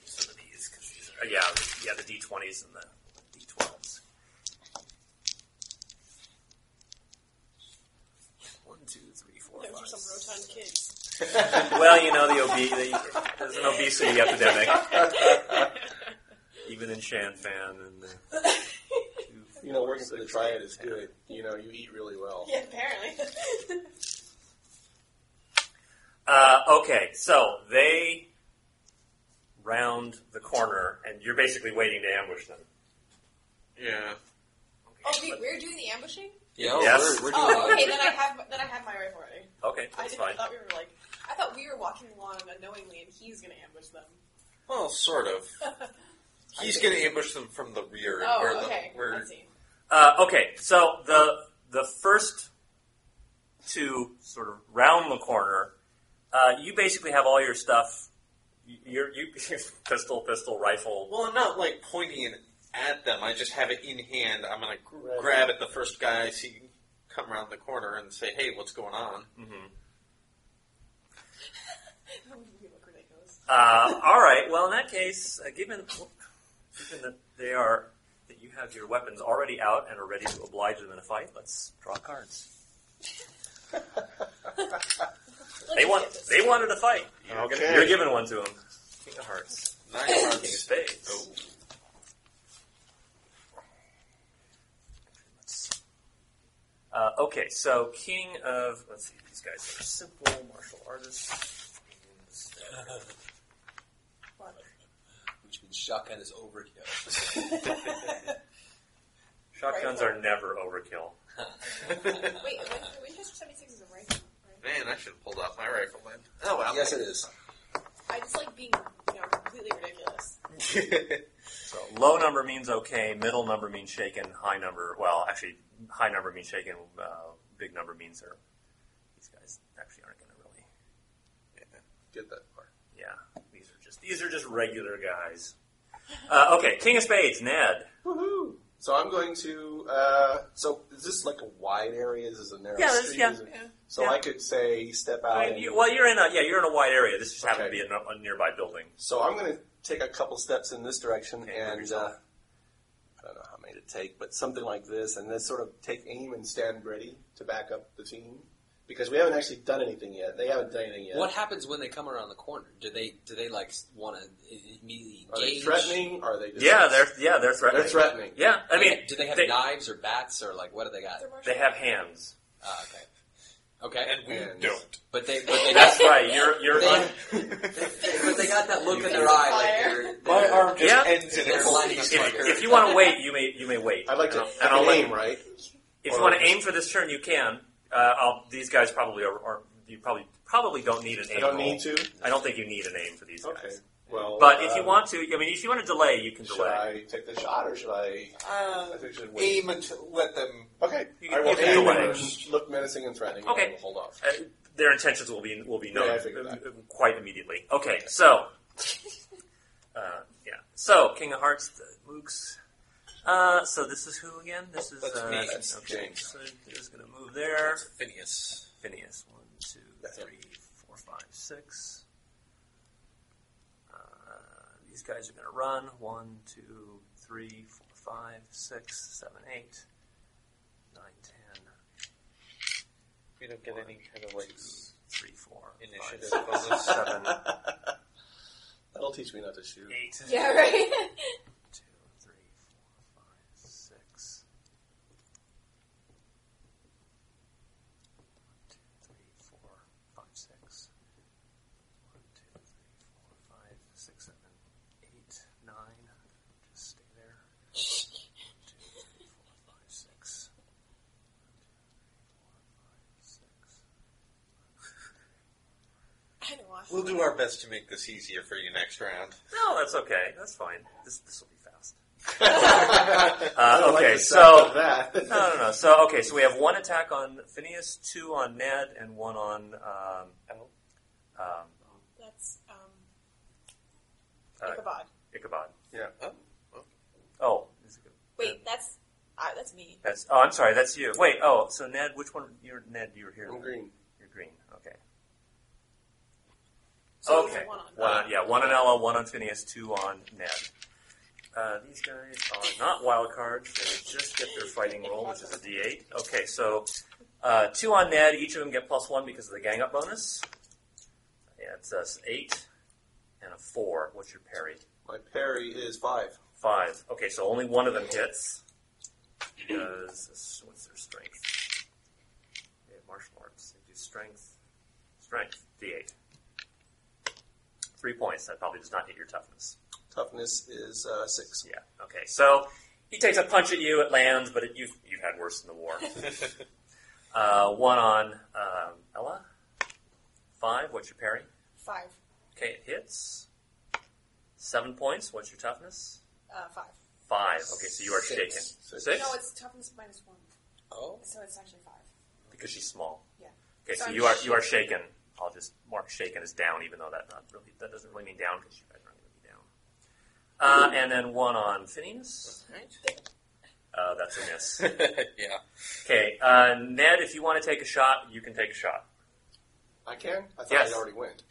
Some of these, 'cause these are, yeah, yeah, the D20s and the D12s. One, two,
on kids.
Well, you know the obe- the, there's an obesity epidemic, even in Shanfan. And uh,
You know, working for the triad is good. You know, you eat really well.
(laughs) yeah, apparently. (laughs)
Uh, okay, so they round the corner, and you're basically waiting to ambush them.
Yeah.
oh, wait, we're doing the ambushing.
(laughs)
Yeah, oh,
Yes.
we're, we're doing
Oh,
it.
okay. Then I have then I have my rifle ready.
Okay,
I
that's
didn't,
fine.
I thought we were like, I thought we were walking along unknowingly, and he's going to ambush them.
(laughs)
Well, sort of. He's going to ambush them from the rear.
oh,
where the-
okay.
where-
I see. (laughs)
Uh, okay, so the the first to sort of round the corner, uh, you basically have all your stuff. y- Your you (laughs) pistol, pistol, rifle.
well, I'm not like pointing it at them. I just have it in hand. I'm going to
Right.
grab at the first guy I see come around the corner and say, "Hey, what's going on?"
you look ridiculous.
Uh, all right. Well, in that case, uh, given given that they are that you have your weapons already out and are ready to oblige them in a fight, let's draw cards. They want (laughs) they wanted a fight. You're, gonna-
Okay.
you're giving one to them. King of Hearts,
Nine
King of
hearts.
Spades.
Oh.
Uh, okay, so King of let's see, these guys are simple martial artists.
Which means shotgun is overkill.
(laughs) Shotguns are never overkill.
Wait, Win- Winchester seventy six is a rifle.
(laughs)
Right?
Man, I should have pulled out my rifle then. Oh well.
Yes, it is.
I just like being, you know, completely ridiculous.
So low number means okay, middle number means shaken, high number well, actually high number means shaken, uh, big number means they're these guys actually aren't going to really.
Get that part.
Yeah, these are just these are just regular guys. Uh, okay, King of Spades, Ned.
Woohoo! So I'm going to. Uh, so is this like a wide area? Is this a narrow
Yeah, this-
street?
yeah.
Is it- So
Yeah.
I could say step out.
I mean,
and-
you, well, you're in a yeah, you're in a wide area. This just happened
Uh, Okay.
to be in a, a nearby building.
So I'm going to take a couple steps in this direction
Okay, move
and uh,
yourself.
I don't know how many to take, but something like this, and then sort of take aim and stand ready to back up the team because we haven't actually done anything yet. They haven't done anything yet.
What happens when they come around the corner? Do they do they like want to immediately
Are they
engage?
threatening? Are they? Just
Yeah, they're yeah they're threatening.
they're threatening.
Yeah, I mean,
do they have
they,
knives or bats or like what do they got?
They're martial
they have hands.
Ah, okay,
(laughs)
okay,
And we
And-
don't.
(laughs) but they
(laughs)
but they got
That's right. You're you're
They-
un-
but they got that look in their
It's a
eye like
fire.
they're,
My
they're-
arm just
Yeah.
ends in
They're
a
lining up
police
like
if,
her.
marker.
if you want to wait, you may you may wait.
I'd like to
and
I
I'll, and
can
I'll let-
aim, right?
If you want to aim for this turn, you can. Uh, I'll, these guys probably are, are. You probably probably don't need an aim.
I don't
roll.
need to.
I don't think you need an aim for these
Okay.
guys.
Well,
But if you
uh,
want to, I mean, if you want to delay, you can
should
delay.
I take the shot or should I? I
Uh,
think I should wait.
aim and let them.
Okay,
You
I
can- you
will
can
aim
delay.
and look menacing and threatening.
Okay.
and I will hold off.
Uh, their intentions will be will be known
Yeah, I figured that.
uh, quite immediately. Okay, so uh, yeah, so King of Hearts, the Mooks. Uh, so this is who again? This is
That's
uh,
me.
okay,
That's
James.
So they're just gonna move there.
Phineas.
Phineas, one, two, three, four, five, six. Uh, these guys are going to run. One, two, three, four, five, six, seven, eight, nine, ten,
We don't get any kind of like
three, four, five,
initiative
six,
bonus. (laughs)
seven,
That'll teach me not to shoot.
eight,
Yeah, right.
two, three, four, five, six. One, two, three, four, five, six. One, two, three, four, five, six, seven, eight, nine. Just stay there. One, two, three, four, five, six.
I know. I-
We'll do our best to make this easier for you next round.
No, that's okay. That's fine. This this will be
(laughs)
fast.
I
Uh,
don't like
okay,
the
so
sound of
(laughs)
that. (laughs)
No, no, no. So okay, so we have one attack on Phineas, two on Ned, and one on um, um,
That's um,
Uh,
Ichabod.
Ichabod.
yeah.
Oh, is it-
Wait, that's uh, that's me.
that's. Oh, I'm sorry, that's you. Wait. Oh, so Ned, which one? You're Ned. You were here.
I'm green.
You're green. Okay.
So
okay.
it's a one on.
One on, yeah, one on Ella, one on Phineas, two on Ned. Uh, these guys are not wild cards. They just get their fighting roll, which is a D8. Okay, so Uh, two on Ned. Each of them get plus one because of the gang up bonus. Yeah, it's uh, eight and a four. What's your parry?
My parry is five.
Five. Okay, so only one of them hits. Because what's their strength? They have martial arts. They do strength. Strength. D8. Three points. That probably does not hit your toughness.
Toughness is uh, six.
Yeah. Okay. So he takes a punch at you. It lands, but it, you've you've had worse in the war. uh, one on um, Ella. Five. What's your parry?
Five.
Okay, it hits. Seven points. What's your toughness?
Uh, five.
Five. Okay, so you are
Six.
shaken.
Six.
No, it's toughness minus one.
Oh.
So it's actually five.
because she's small.
Yeah.
Okay, so
So I'm
you are you are shaken. I'll just mark shaken as down, even though that not really that doesn't really mean down because you guys aren't going to be down. Uh, and then one on Phineas. Uh, that's a miss. (laughs)
yeah.
Okay, uh, Ned, if you want to take a shot, you can take a shot.
I can? I thought
Yes.
I already went.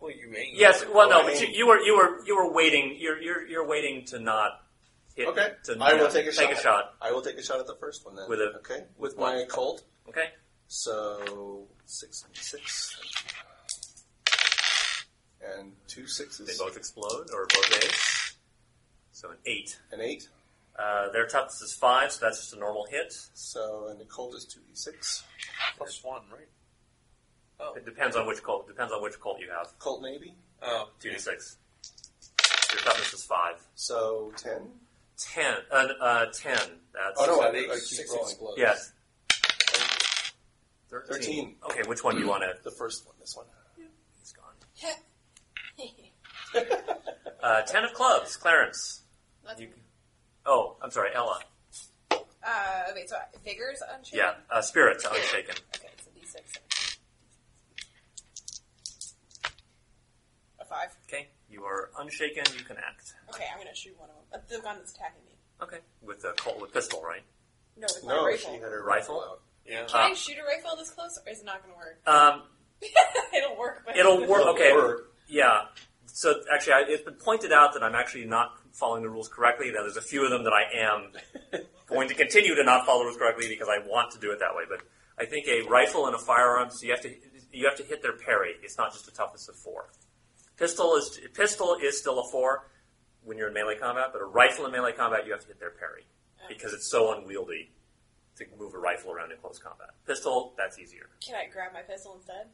Well, you ain't.
Yes. Well, no,
I
but you,
mean-
you were you were you were waiting. You're you're you're waiting to not. Hit,
Okay.
To,
I will
yeah,
take a
take
shot.
a shot.
I will take a shot at the first one then.
With a-
okay.
with
With my Colt.
Okay.
So six and six. And two
They
sixes.
both explode, or both eight. So an eight.
An eight.
Uh, their toughness is five, so that's just a normal hit.
So and the Colt is two D six.
Plus one, right?
Oh.
It depends on which cult. Depends on which cult you have.
Colt Navy.
Oh.
Two to six. Your toughness is five.
So ten.
Ten. Uh, uh, ten. That's
Oh no, I, I keep
Six, six
rolling.
explodes.
yes. Thirteen.
Thirteen.
Okay, which one do you want to?
The first one, this one.
He's gone.
That's
Uh, ten of clubs, Clarence. You- Oh, I'm sorry, Ella.
uh, wait, so vigor's unshaken?
Yeah, uh, spirits unshaken.
Okay, it's a d6. A five.
Okay, you are unshaken. You can act.
Okay, I'm gonna shoot one of them. That's the one that's attacking me.
Okay, with the cult, with pistol, right?
No, with
No,
my
she
rifle.
had her
Rifle?
rifle out.
Yeah.
Can
Uh,
I shoot a rifle this close, or is it not gonna work?
Um,
it'll work. But
It'll work.
It'll
Okay.
work.
Yeah. So actually, I, it's been pointed out that I'm actually not following the rules correctly. That there's a few of them that I am going to continue to not follow the rules correctly because I want to do it that way. But I think a rifle and a firearm, so you have to you have to hit their parry. It's not just a toughness of four. Pistol is pistol is still a four when you're in melee combat, but a rifle in melee combat you have to hit their parry because it's so unwieldy to move a rifle around in close combat. Pistol, that's easier
Can I grab my pistol instead?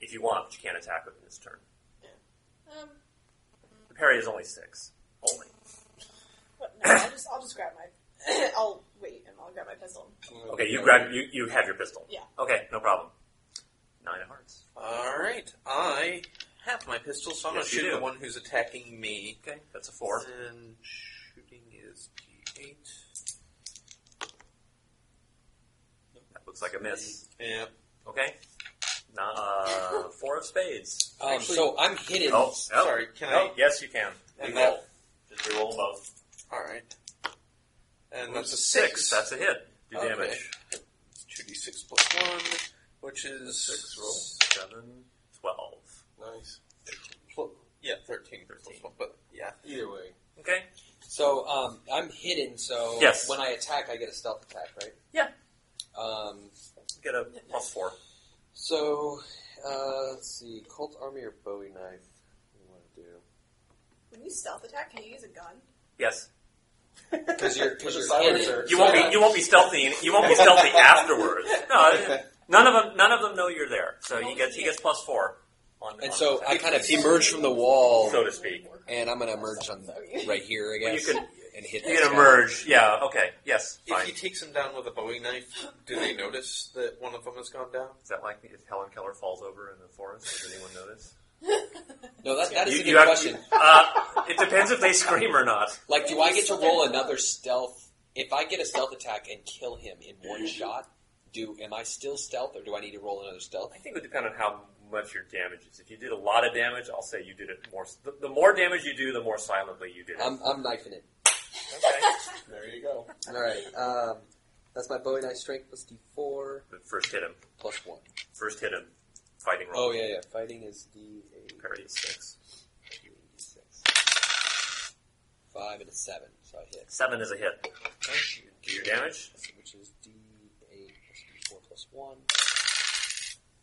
if you want, but you can't attack within this turn.
Um,
The parry is only six. Only.
what, no, I'll just I'll just grab my. (coughs) I'll wait and I'll grab my pistol.
Okay, you grab you, you have your pistol.
Yeah.
Okay, no problem. Nine of hearts.
All right. I have my pistol, so I'm
Yes, you
gonna shoot
do.
the one who's attacking me.
Okay, that's a four.
And shooting is D8.
That looks like a miss.
Yeah.
Okay. No- uh, four of spades.
Um, so I'm hidden.
Oh, oh,
Sorry. Can
no, Yes, you can.
And
Reroll. Just reroll them both.
I? All right. And that's a
Six.
six.
That's a hit. Do
Okay.
damage.
two d six plus one, which is
Six roll.
Seven, twelve.
Nice.
Pl- yeah, thirteen.
Thirteen.
Plus one, but yeah.
Either way.
Okay.
So um, I'm hidden. So
Yes.
when I attack, I get a stealth attack, right?
Yeah.
Um,
Get a plus four.
so uh, let's see, Colt army or Bowie knife? What do you want to do?
When you stealth attack, can you use a gun?
Yes.
Because you're,
With
because you're
a silencer.
silencer.
You won't be you won't be stealthy you won't be stealthy afterwards. No, none of them none of them know you're there. So he gets he gets plus four on
And
on
so
attack.
I kind of emerge from the wall,
so to speak.
and I'm going to emerge on right here, I
Well, you
guess,
can-
and hit.
You
this
can
guy.
emerge. Yeah. Okay. Yes.
If
Fine.
he takes him down with a Bowie knife, do
(gasps)
they notice that one of them has gone down?
Is that like if Helen Keller falls over in the forest? Does anyone notice?
No, that, that is
You-
a
you
good
have-
question.
Uh, it depends if they scream or not.
Like, do I get to roll another stealth? If I get a stealth attack and kill him in one shot, do am I still stealth, or do I need to roll another stealth?
I think it would depend on how much your damage is. If you did a lot of damage, I'll say you did it more. The, the more damage you do, the more silently you did it.
I'm, I'm knifing it.
okay.
There you go.
All right. Um, that's my bowie knife strength plus d4
But first hit him.
plus one.
First hit him. Fighting roll.
Oh yeah, yeah. Fighting is d8,
Parry is six.
d6, five and a seven. So I hit.
Seven is a hit. Do your damage.
Which is d8 plus d4 plus one,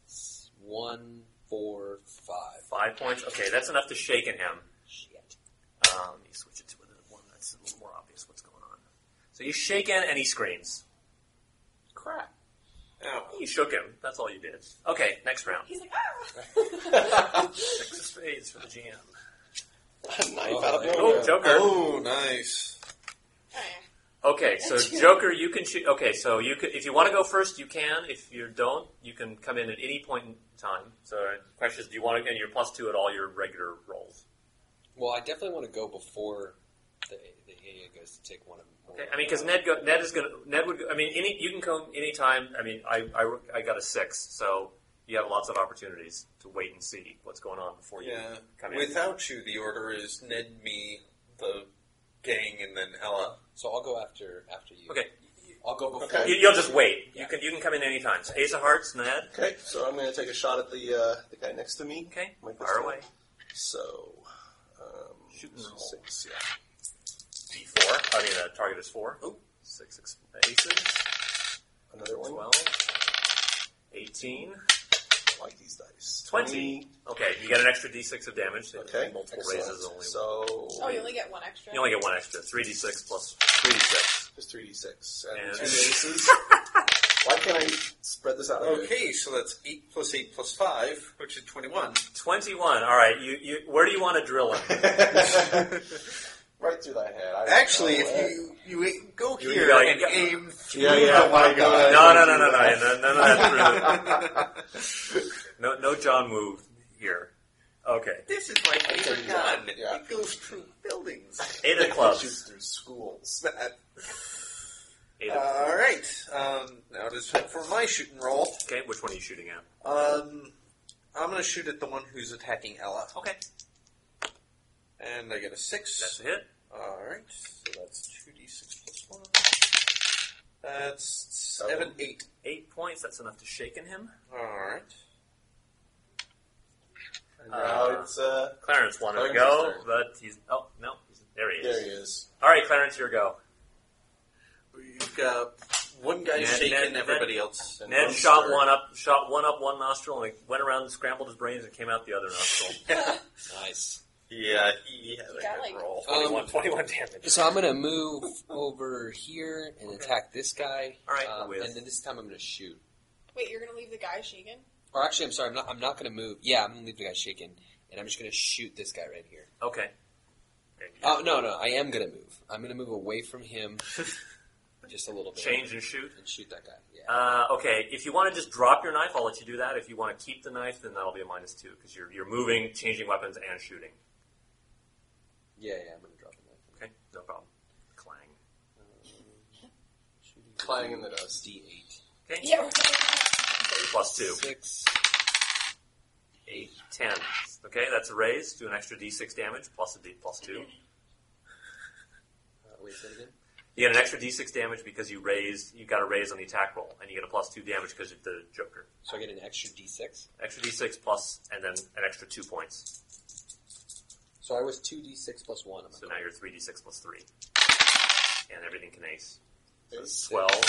s- one, four, five.
Five points. Okay, that's enough to shake in him.
Shit.
Um, you switch it to another one that's a little more obvious what's going on. So you shake in and he screams. Oh,
Crap.
You shook him. That's all you did. Okay, next round.
(laughs) He's like, ah!
Six of spades for the GM.
Knife
Oh,
out of
there you
nowhere.
Oh, Joker.
Oh, nice.
Eh.
Okay, so Joker, you can shoot. Okay, so you could, if you want to go first, you can. If you don't, you can come in at any point in time. So the question is, do you want to? And you're plus two at all your regular rolls.
Well, I definitely want to go before the, the idiot goes to take one of them.
Okay, I mean, because Ned, go, Ned is gonna, Ned would. Go, I mean, any you can come anytime. I mean, I, I, I got a six, so you have lots of opportunities to wait and see what's going on before you
Yeah.
come in.
Without you, the order is Ned, me, the gang, and then Ella.
so I'll go after after you.
Okay.
I'll go before.
Okay.
you, you'll just wait. You can you can come in anytime. So Ace of Hearts, Ned.
Okay, so I'm going to take a shot at the uh, the guy next to me.
Okay,
Like this
fire
guy.
away.
So, um,
Shoot and roll.
six, yeah.
D four. I mean, the target is four.
Ooh.
Six ex- aces.
Another one.
12, 18,
I like these dice.
20. Okay, you get an extra d6 of damage. So
Okay.
Multiple
Excellent.
raises only.
So,
Oh, you only get one extra.
you only get one extra. 3d6 plus 3d6.
just 3d6.
And-
And two aces. Why can't I spread this out?
Okay, so that's 8 plus 8 plus 5, which is 21.
21. All right, you, you, where do you want to drill
(laughs)
him?
(laughs) right through that head. I
Actually,
don't know
if you, you a- go
You-
here
you're like-
and aim through
Yeah, yeah,
the
I wanna
white
go
guy.
there.
No, no, no, no, no. no, None of that.
(laughs)
through. No, no John Woo here. Okay.
This is my favorite gun.
Yeah.
It goes through buildings.
Eight of
why. It
clubs.
shoots through schools.
Eight of,
(laughs) All right. Um, now it is time for my shoot and roll.
okay, which one are you shooting at?
Um, I'm going to shoot at the one who's attacking Ella,
Okay.
and I get a
That's
six.
a hit.
All right. So that's two d six plus one. That's seven,
Seven.
eight.
Eight points. That's enough to shaken him.
All right.
And now
Uh,
it's, uh,
Clarence wanted to go,
Clarence is
but he's. Oh, no. He's, there he is.
there he is.
All right, Clarence, your go.
We've got one guy
Ned-
shaking,
Ned-
everybody else.
And
Ned
one
shot
start.
one up, shot one up one nostril, and it went around and scrambled his brains and came out the other
(laughs)
nostril.
Nice.
Yeah, he had
got, like-
roll.
Um,
21, 21 damage.
So I'm gonna move over here and attack this guy.
All right,
um,
with-
and then this time I'm gonna shoot.
Wait, you're gonna leave the
(laughs)
guy shaken?
Or actually, I'm sorry. I'm not. I'm not gonna move. Yeah, I'm gonna leave the guy shaken, and I'm just gonna shoot this guy right here.
Okay.
Uh,
Oh no, no, I am gonna move. I'm gonna move away from him, just a little bit.
Change and shoot.
and shoot that guy. Yeah.
Uh, okay, if you want to just drop your knife, I'll let you do that. If you want to keep the knife, then that'll be a minus two because you're you're moving, changing weapons, and shooting.
yeah, yeah. I'm gonna drop him. Like
Okay, no problem. Clang.
Clang in the dust.
D8,
Okay,
Yeah.
plus two,
six,
eight, ten. Okay, that's a raise. Do an extra d6 damage plus a d plus two.
Uh, wait, say that again.
You get an extra d6 damage because you raised. You got a raise on the attack roll, and you get a plus two damage because of the Joker.
So I get an extra D6.
Extra d6 plus, and then an extra two points.
So I was two D6 plus one. I'm
So
like,
now you're three d6 plus three, and everything can ace. So
Ace,
it's
six.
12,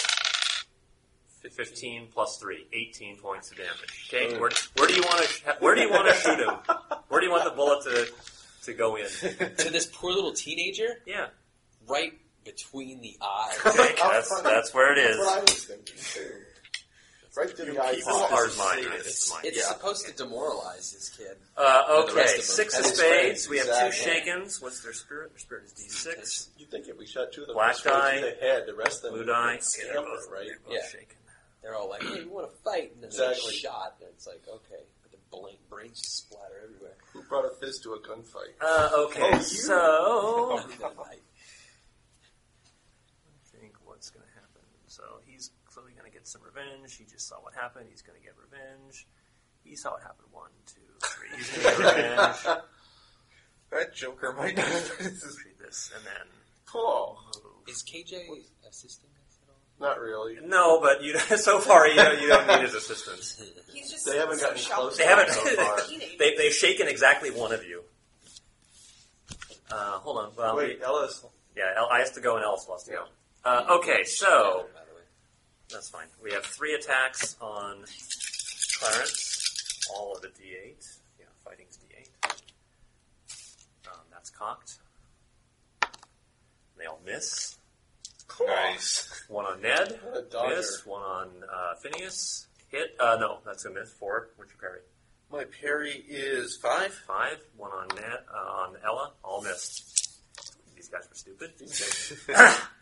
fi- 15 plus three, 18 points of damage. Okay, where, where do you want to? Where do you want to shoot him? Where do you want the bullet to to go in?
to this poor little teenager,
Yeah,
right between the eyes.
okay, that's that's where it
That's what
is.
I was thinking, too. Right through the
pieces of
eye.
Hard mind, it's mine.
It's
Yeah.
supposed to demoralize this kid.
Uh,
For the rest
okay,
of them.
six of
And it's
spades.
spades,
We have two
exactly.
shakens. What's their spirit? Their spirit is d6.
You think if we shot two of them
Black
straight
eye,
through the head, the rest of them
Blue
would
die. Okay, they're
scamper,
both,
right?
they're both
Yeah.
shaken.
They're all like, "Hey, we want to fight," and then
Exactly.
they're shot, and it's like, "Okay," but the blank brains just splatter everywhere.
Who brought a fist to a gunfight?
Uh, okay,
Oh, you. (laughs)
(laughs)
Oh,
so
We're gonna fight.
think what's going to happen. So he's clearly going to get some revenge. He just saw what happened. He's going to get revenge. He saw what happened. One, two, three. He's going to
(laughs)
get revenge.
That Joker might not.
(laughs)
Let's read this and then
Cool.
move.
Is KJ assisting us at all?
Oh, Not really.
No, but you (laughs) so far you don't, you don't need his assistance.
He's just.
They haven't
so
gotten
shocked.
close
They haven't.
so far.
they, they've shaken exactly one of you. Uh, hold on. Well,
Wait, Ellis.
yeah, L, I has to go and Ellis lost to go. Uh, okay, so
By the way,
That's fine. We have three attacks on Clarence, all of a D8. Yeah, fighting's D8. Um, that's cocked. They all miss.
Nice.
One on Ned,
What a dodger.
miss. One on uh, Phineas, hit. Uh, no, that's a miss. Four. What's your parry?
My parry is (laughs) five.
Five. One on Ned, uh, on Ella, all missed. These guys were
(laughs)
stupid.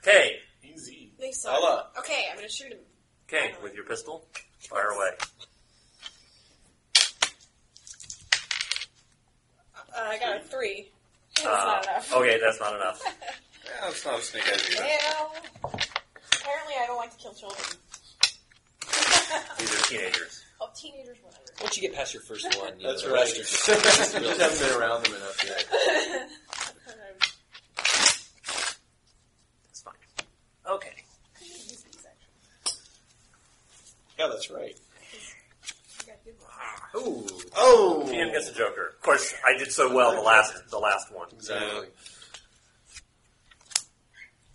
okay,
Easy.
They suck.
Ella.
Okay, I'm gonna shoot him.
okay, with your pistol, fire away.
Uh, I got a three. That's
Uh,
not enough.
okay, that's not enough.
Yeah, it's not a snake eyes either.
Well, apparently I don't like to kill children.
These are teenagers.
oh, teenagers,
(laughs)
whatever. (laughs)
Once you get past your first one, you
That's
know, the
right.
rest are
just (laughs) haven't been around them enough yet.
Um,
That's fine. Okay.
I need to use these, actually.
Yeah, that's right.
You got good ones.
Ooh.
Oh, GM gets a joker. Of course, I did so well the last the last one.
Exactly.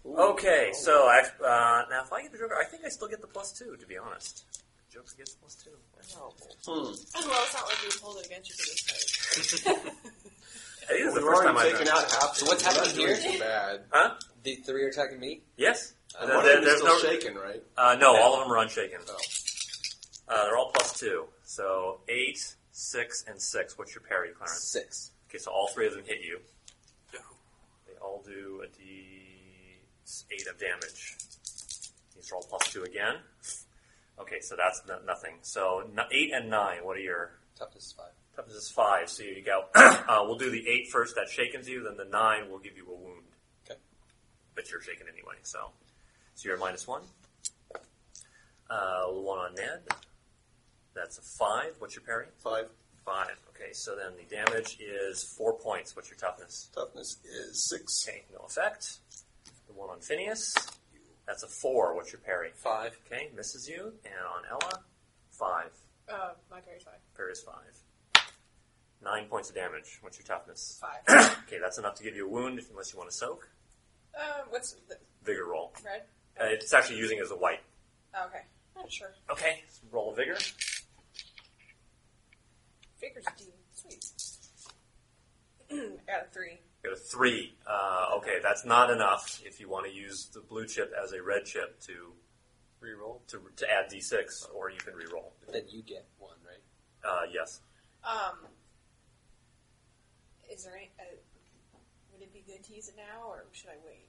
Ooh.
Okay, so I uh, now if I get the joker, I think I still get the plus two. To be honest, joker gets plus two.
Hmm.
Oh, well, it's not like we hold it against you for this
I
fight.
think this is
We
the
were
first time
already
I've
taken
done-
out half.
So what's
the-
happening
that's
here?
really Bad.
Huh?
the three are attacking me.
Yes.
Uh,
There-
one
there-
of them is
there's
still
no-
shaken, right?
Uh, no, all of them are unshaken.
Oh.
Uh, they're all plus two. So eight, six, and six. What's your parry, Clarence?
Six.
Okay, so all three of them hit you. They all do a d8 of damage. These are all plus two again. Okay, so that's no- nothing. So n- eight and nine. What are your
Toughness is five.
toughness? Is five. So you go. (clears throat) uh, we'll do the eight first. That shakens you. Then the nine will give you a wound.
Okay.
But you're shaken anyway. So, so you're minus one. Uh, one on Ned. That's a five. What's your parry?
Five.
Five. Okay, so then the damage is four points. What's your toughness?
Toughness is six.
Okay, no effect. The one on Phineas, that's a four. What's your parry?
Five.
Okay, misses you. And on Ella, five.
Uh, my parry's five.
Parry is five. Nine points of damage. What's your toughness?
Five.
Okay, that's enough to give you a wound if- unless you want to soak.
uh, what's the
Vigor roll.
red?
Uh, it's actually using as a white.
Oh, okay. Not sure.
Okay, roll a vigor.
Figures D. (clears throat) Sweet. I got a three.
Got a three. Uh, okay, that's not enough if you want to use the blue chip as a red chip to
Reroll.
to, to add d6, or you can re-roll.
Then you get one, right?
Uh, yes.
Um, is there any? Uh, would it be good to use it now, or should I wait?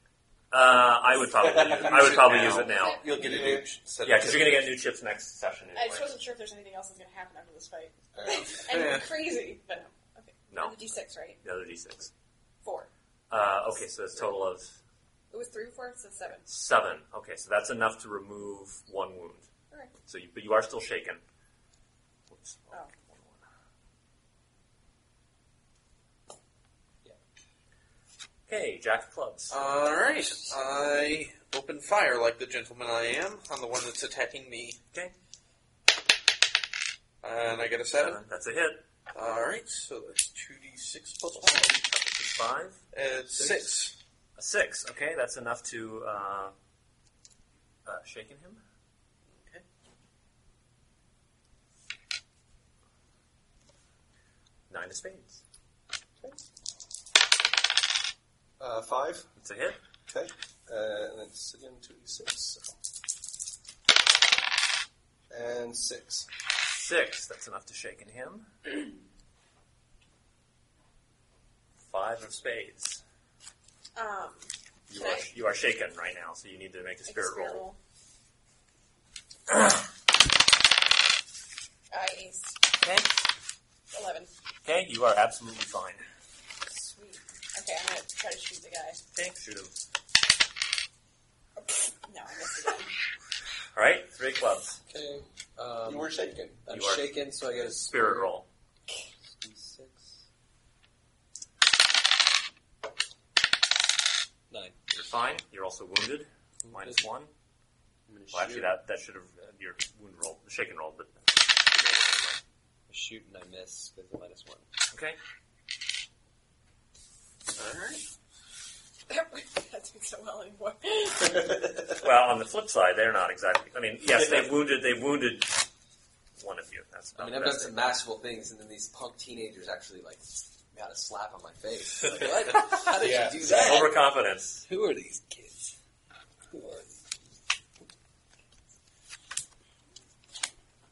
Uh, I would probably use, I would probably use it now.
You'll get a new set
Yeah,
of
because you're gonna get new chips next session.
I
Anyway.
just wasn't sure if there's anything else that's going to happen after this fight. (laughs)
Uh,
I'm
Yeah.
crazy, but no. Okay.
No.
The D6, right?
The other d6.
Four.
Uh, okay, so it's total of
It was three, four, so seven.
seven. Okay, so that's enough to remove one wound.
Okay.
So, you, but you are still shaken. Whoops.
Oh.
Okay, Jack of Clubs.
All right, I open fire like the gentleman I am on the one that's attacking me,
okay,
and I get a seven.
seven. Uh, That's a hit.
All right, so that's two d six plus one.
Five,
It's six.
a six. Okay, that's enough to uh, uh, shaken him.
Okay.
Nine of spades.
uh, five.
It's a hit.
Okay. Uh, and it's again two d six. And six.
Six. That's enough to shaken him. (clears throat) Five of spades.
Um,
You
Okay.
are you are shaken right now, so you need to make a spirit roll.
(coughs) I ace.
Okay.
Eleven.
Okay. You are absolutely fine.
Sweet. Okay, I'm going to try to shoot the guy.
Okay. Shoot him.
No, I missed again.
All right. Three clubs.
Okay. Um,
you were shaken.
I'm
You are-
shaken, so I get a
Spirit roll.
Six. Nine.
You're fine. You're also wounded. Minus one.
I'm gonna
Well,
shoot.
actually, that that should have uh, your wound roll, shaken roll, but
I shoot and I miss with a minus one.
okay.
All right.
(laughs) that doing so well anymore.
Well, on the flip side, they're not exactly. I mean, yes, they've wounded. They've wounded one of you. That's
I
about
mean,
the
I've done
best
some masterful things, and then these punk teenagers actually like got a slap on
(laughs)
my face. Like, what? How did
Yeah.
you do
they
that?
can. Overconfidence.
Who are these kids? Who are these?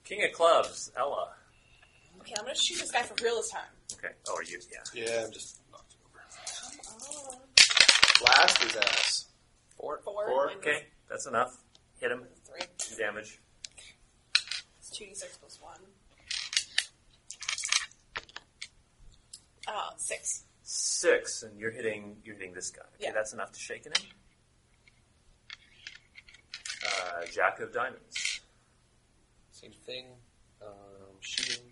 King of clubs, Ella.
Okay, I'm gonna shoot this guy for real this time.
Okay. Oh, are you? Yeah.
Yeah, I'm just knocked him over.
Oh,
Blast his ass.
four, four,
Four,
and
Okay, that's enough. Hit him.
three.
Damage.
It's two d six plus one. Uh, six. (laughs)
Six, and you're hitting. You're hitting this guy. Okay,
Yeah.
that's enough to shake him. Uh, Jack of diamonds.
Same thing. Um, shooting.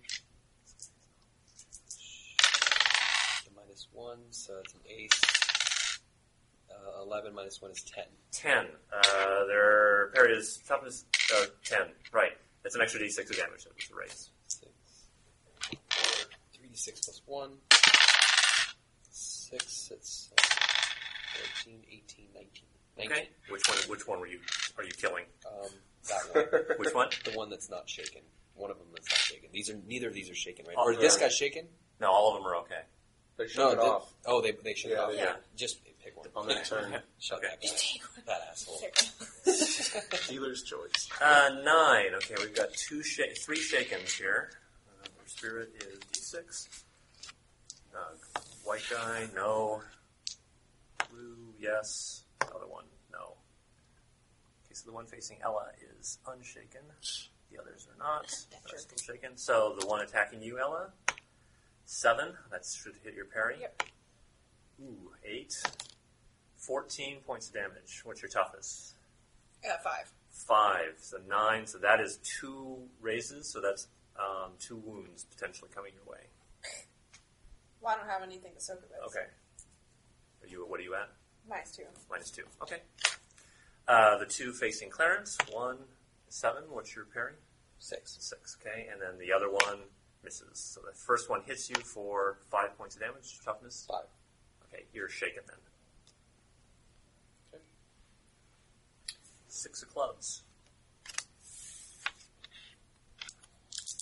The Minus one, so that's an ace. Uh, Eleven minus one is ten.
Ten. Uh, their parry is toughness. Uh, ten. Right. That's an extra d6 of damage. That was the raise.
Six. Three d six plus one. Six. That's uh, 14, 18, 19.
Okay. Which one? Which one were you? Are you killing?
Um, that
(laughs)
one.
Which one?
the one that's not shaken. One of them that's not shaken. These are neither of these are shaken, right?
Oh,
or this
they're-
guy's shaken?
No, all of them are okay.
They shut it
the-
off
Oh, they they shook it
Yeah,
off.
they
Yeah.
Just pick one. (laughs)
on that turn.
Shut
Okay.
that guy. That asshole.
Dealer's choice.
Uh, nine. Okay, we've got two, sha- three shakens here. Uh, their spirit is d6. Uh, white guy, no. Blue, yes. Other one, no. Okay, so the one facing Ella is unshaken. The others are not. They're still shaken. So the one attacking you, Ella, seven. That should hit your parry.
Yep.
Ooh, eight. Fourteen points of damage. What's your toughest?
Uh, five.
five, so nine, so that is two raises, so that's um, two wounds potentially coming your way.
Well, I don't have anything to soak it with.
Okay. Are you? What are you at?
Minus two.
Minus two. Okay. Uh, the two facing Clarence, one seven. What's your parry?
Six.
Six. Okay, and then the other one misses. So the first one hits you for five points of damage. Toughness.
Five.
Okay, you're shaken then.
Okay.
Six of clubs.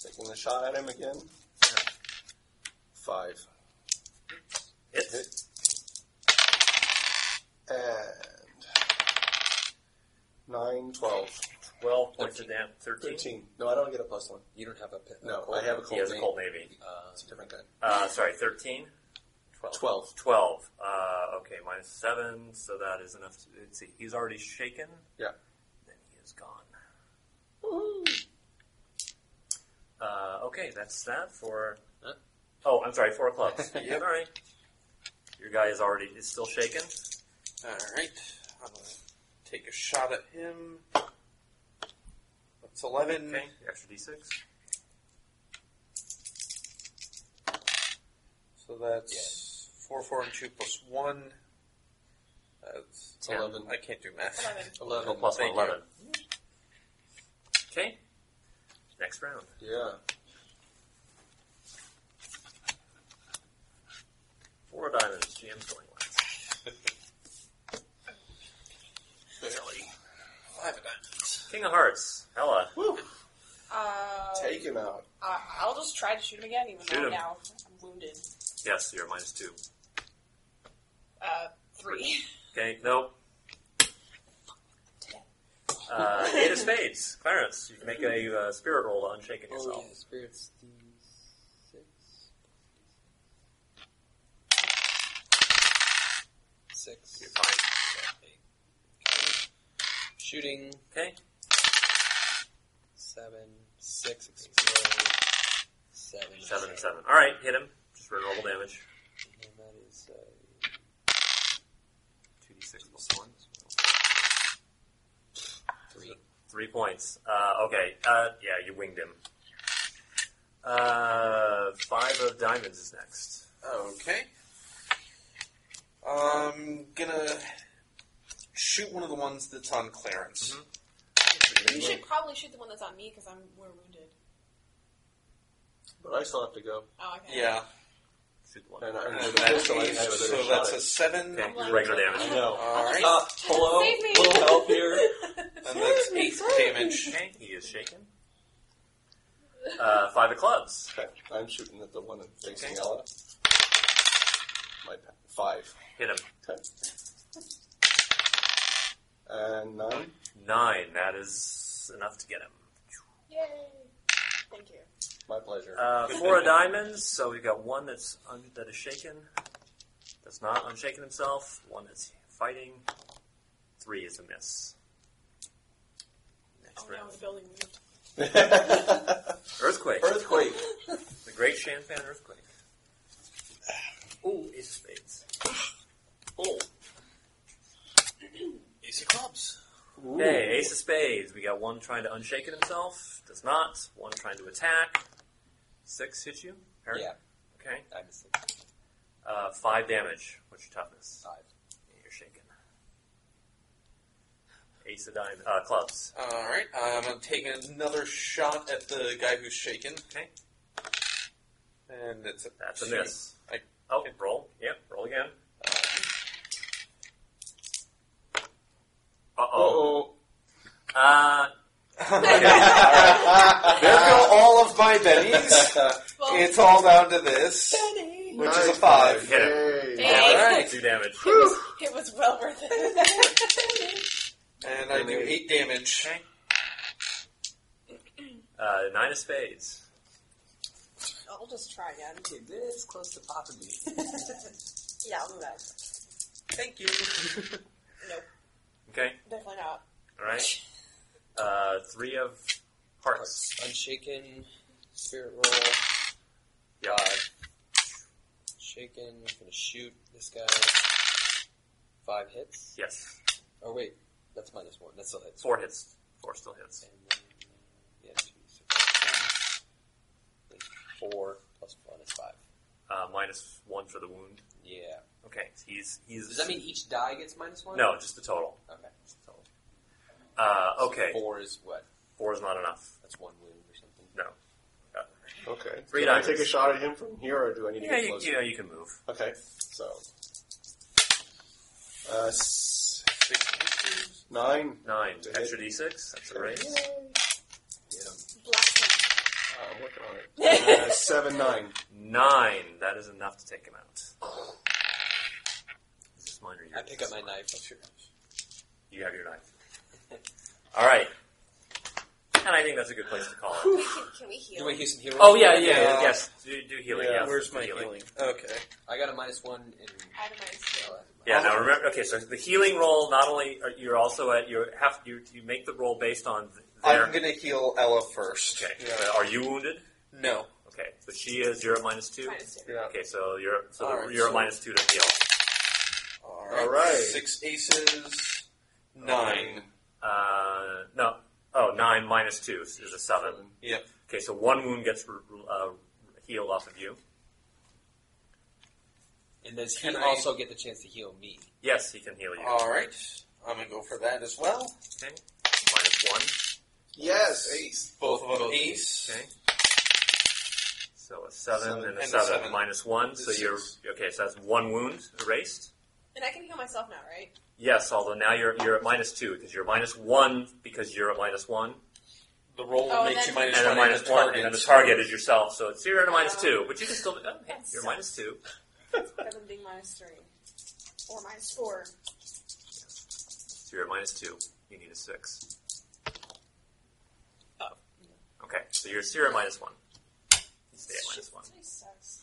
Taking the shot at him again. Five.
Hits.
Hit. And nine, twelve,
Twelve points of damage.
thirteen. No, I don't get a plus one.
You don't have a pit.
No, I have a
He
cold
has a
name.
cold navy.
Uh,
It's a different gun.
Uh, sorry, 13? 12.
Twelve.
12. Uh, okay, minus 7, so that is enough. To, let's see, he's already shaken.
Yeah.
Then he is gone. Uh, okay, that's that for.
Huh?
Oh, I'm sorry, 4 o'clock. Sorry. Your guy is already is still shaken.
All right, I'm gonna take a shot at him. That's eleven.
Okay, extra d6.
So that's four, four, and two plus one. That's
Ten.
eleven. I can't do math.
Eleven.
Oh, plus one,
Thank
11. Okay, next round.
Yeah.
Four of diamonds, GM's going last.
Barely.
Five of diamonds.
King of Hearts, Ella.
Woo.
Uh,
Take him out.
Uh, I'll just try to shoot him again, even
Shoot
though
him.
now I'm wounded.
Yes, you're minus 2.
Uh, three.
Okay, nope. Uh, eight of spades, Clarence. You can make a uh, spirit roll to unshaken yourself.
oh, yeah, spirits D six. Six.
You're fine.
Shooting
Okay,
seven, six, explode, seven,
seven and seven. All right, hit him. Just roll normal damage.
And that is uh,
Two d six plus one.
three.
Three points. Uh, okay. Uh, yeah, you winged him. Uh, five of diamonds is next.
Okay. I'm gonna shoot one of the ones that's on Clarence.
Mhm.
(laughs) You should probably shoot the one that's on me because I'm we're wounded.
But I still have to go.
Oh, okay.
Yeah.
through the one.
And I
And
remember
that
that so I
is-
have a
so
little
that's
shot.
a seven.
Okay, regular damage.
I
(laughs)
know.
All right.
Uh, hello,
Save me.
little
(laughs)
help here.
and that's eight damage.
Okay, he is shaken. Uh, five of clubs.
Okay, I'm shooting at the one that's facing
Okay.
Ella. My pa- five.
Hit him.
Okay. And nine.
Nine. That is enough to get him.
Yay! Thank you.
My pleasure.
Uh, four of diamonds. So we've got one that's un- that is shaken, that's not unshaken himself. One that's fighting. Three is a miss.
Oh
Next
no,
round.
Oh, the building moved.
(laughs)
Earthquake.
Earthquake.
(laughs) The Great Champagne Earthquake. Ooh, Ace of Spades.
Oh. (clears throat) Ace of clubs.
Okay, Ace of Spades. We got one trying to unshake it himself. Does not. One trying to attack. Six hits you. Parry?
Yeah.
Okay.
I missed
Uh, five damage. What's your toughness?
Five.
Yeah, you're shaken. Ace of diamonds. Uh, clubs.
All right. I'm gonna take another shot at the guy who's shaken.
Okay.
And it's a
That's a
two.
miss.
(laughs) I-
oh, roll. Yep, roll again. Uh oh.
Oh.
Uh,
There go all of my bennies. (laughs)
Well,
it's all down to this,
Benny.
which is a five.
Hit it.
Hey.
All right.
Two damage.
(laughs) It was, it was well worth it. (laughs)
And I do eight damage.
Okay. Uh, nine of spades.
I'll just try again.
Okay, this close to popping me.
Yeah, I'll do that.
Thank you.
Nope,
Okay,
definitely not.
all right. Uh, three of hearts.
Unshaken, spirit roll,
Yeah.
shaken. I'm gonna shoot this guy. Five hits.
Yes.
Oh wait, that's minus one. That still hits.
Four hits. Four still hits.
And then, yeah, two, six, seven, eight, four plus one is five.
Uh, minus one for the wound.
Yeah.
Okay, he's he's.
Does that mean each die gets minus one?
No, just the total.
Okay.
Uh, okay,
Four is what?
four is not enough.
That's one wound or something.
No.
Okay.
Three
Can I
diamonds.
take a shot at him from here, or do I need to
Yeah,
get
you,
closer?
you know you can move.
Okay. So. Uh, s- nine.
Nine.
To hit.
Extra d6. That's a raise.
Black
Uh, I'm working on it. Uh, seven, nine.
Nine. That is enough to take him out. Is this mine or yours?
I pick up my knife.
You have your knife. (laughs) All right. And I think that's a good place to call it.
can, can we
Do
heal?
we use some heroes?
oh yeah, yeah, yeah,
Yeah.
yes. Do, do healing.
Yeah,
yes.
Where's
do
my
healing?
healing? Okay.
I got a minus one in.
Adam, I
Oh,
assume.
that's my-
Yeah. Now remember. Okay. So the healing roll. Not only are, you're also at you have you you make the roll based on th- their.
I'm gonna heal Ella first.
okay. Uh, Are you wounded?
No.
Okay. So she is. You're at minus two.
Minus two.
Yeah.
Okay. So you're so
All
the-
right,
you're at
so-
minus two to heal.
All right.
All right.
Six aces. Nine.
Uh, no. Oh, nine minus two is is a seven.
Yep.
Okay. So one wound gets r- r- uh, healed off of you.
And does he
Can I-
also get the chance to heal me?
Yes, he can heal you.
All right. I'm gonna go for that as well.
Okay. Minus one.
Yes, ace.
Both of them ace.
Okay. So a seven,
Seven.
and a
And a
seven,
seven.
minus one. So
Six.
you're okay. So that's one wound erased.
And I can heal myself now, right?
Yes, although now you're you're at minus two because you're minus one because you're at minus one,
The roll
Oh,
makes
then-
you minus
and
one.
then minus
and the
one,
target.
and then the target is yourself. So it's you're at a minus
Oh.
two, but you can still oh, hey,
That
you're
sucks.
minus two.
Rather than being minus three. Or minus four.
So you're at minus two. You need a six.
Oh.
Okay, so you're so you're at minus one. You stay at minus (laughs) one.
This sucks.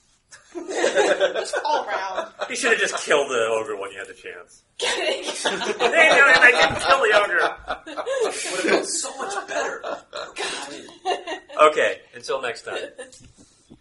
Just (laughs) all around.
You should have just killed the ogre when you had the chance.
Kidding.
(laughs) hey, no, I didn't kill the ogre. (laughs)
Would have felt so much better.
Okay, until next time.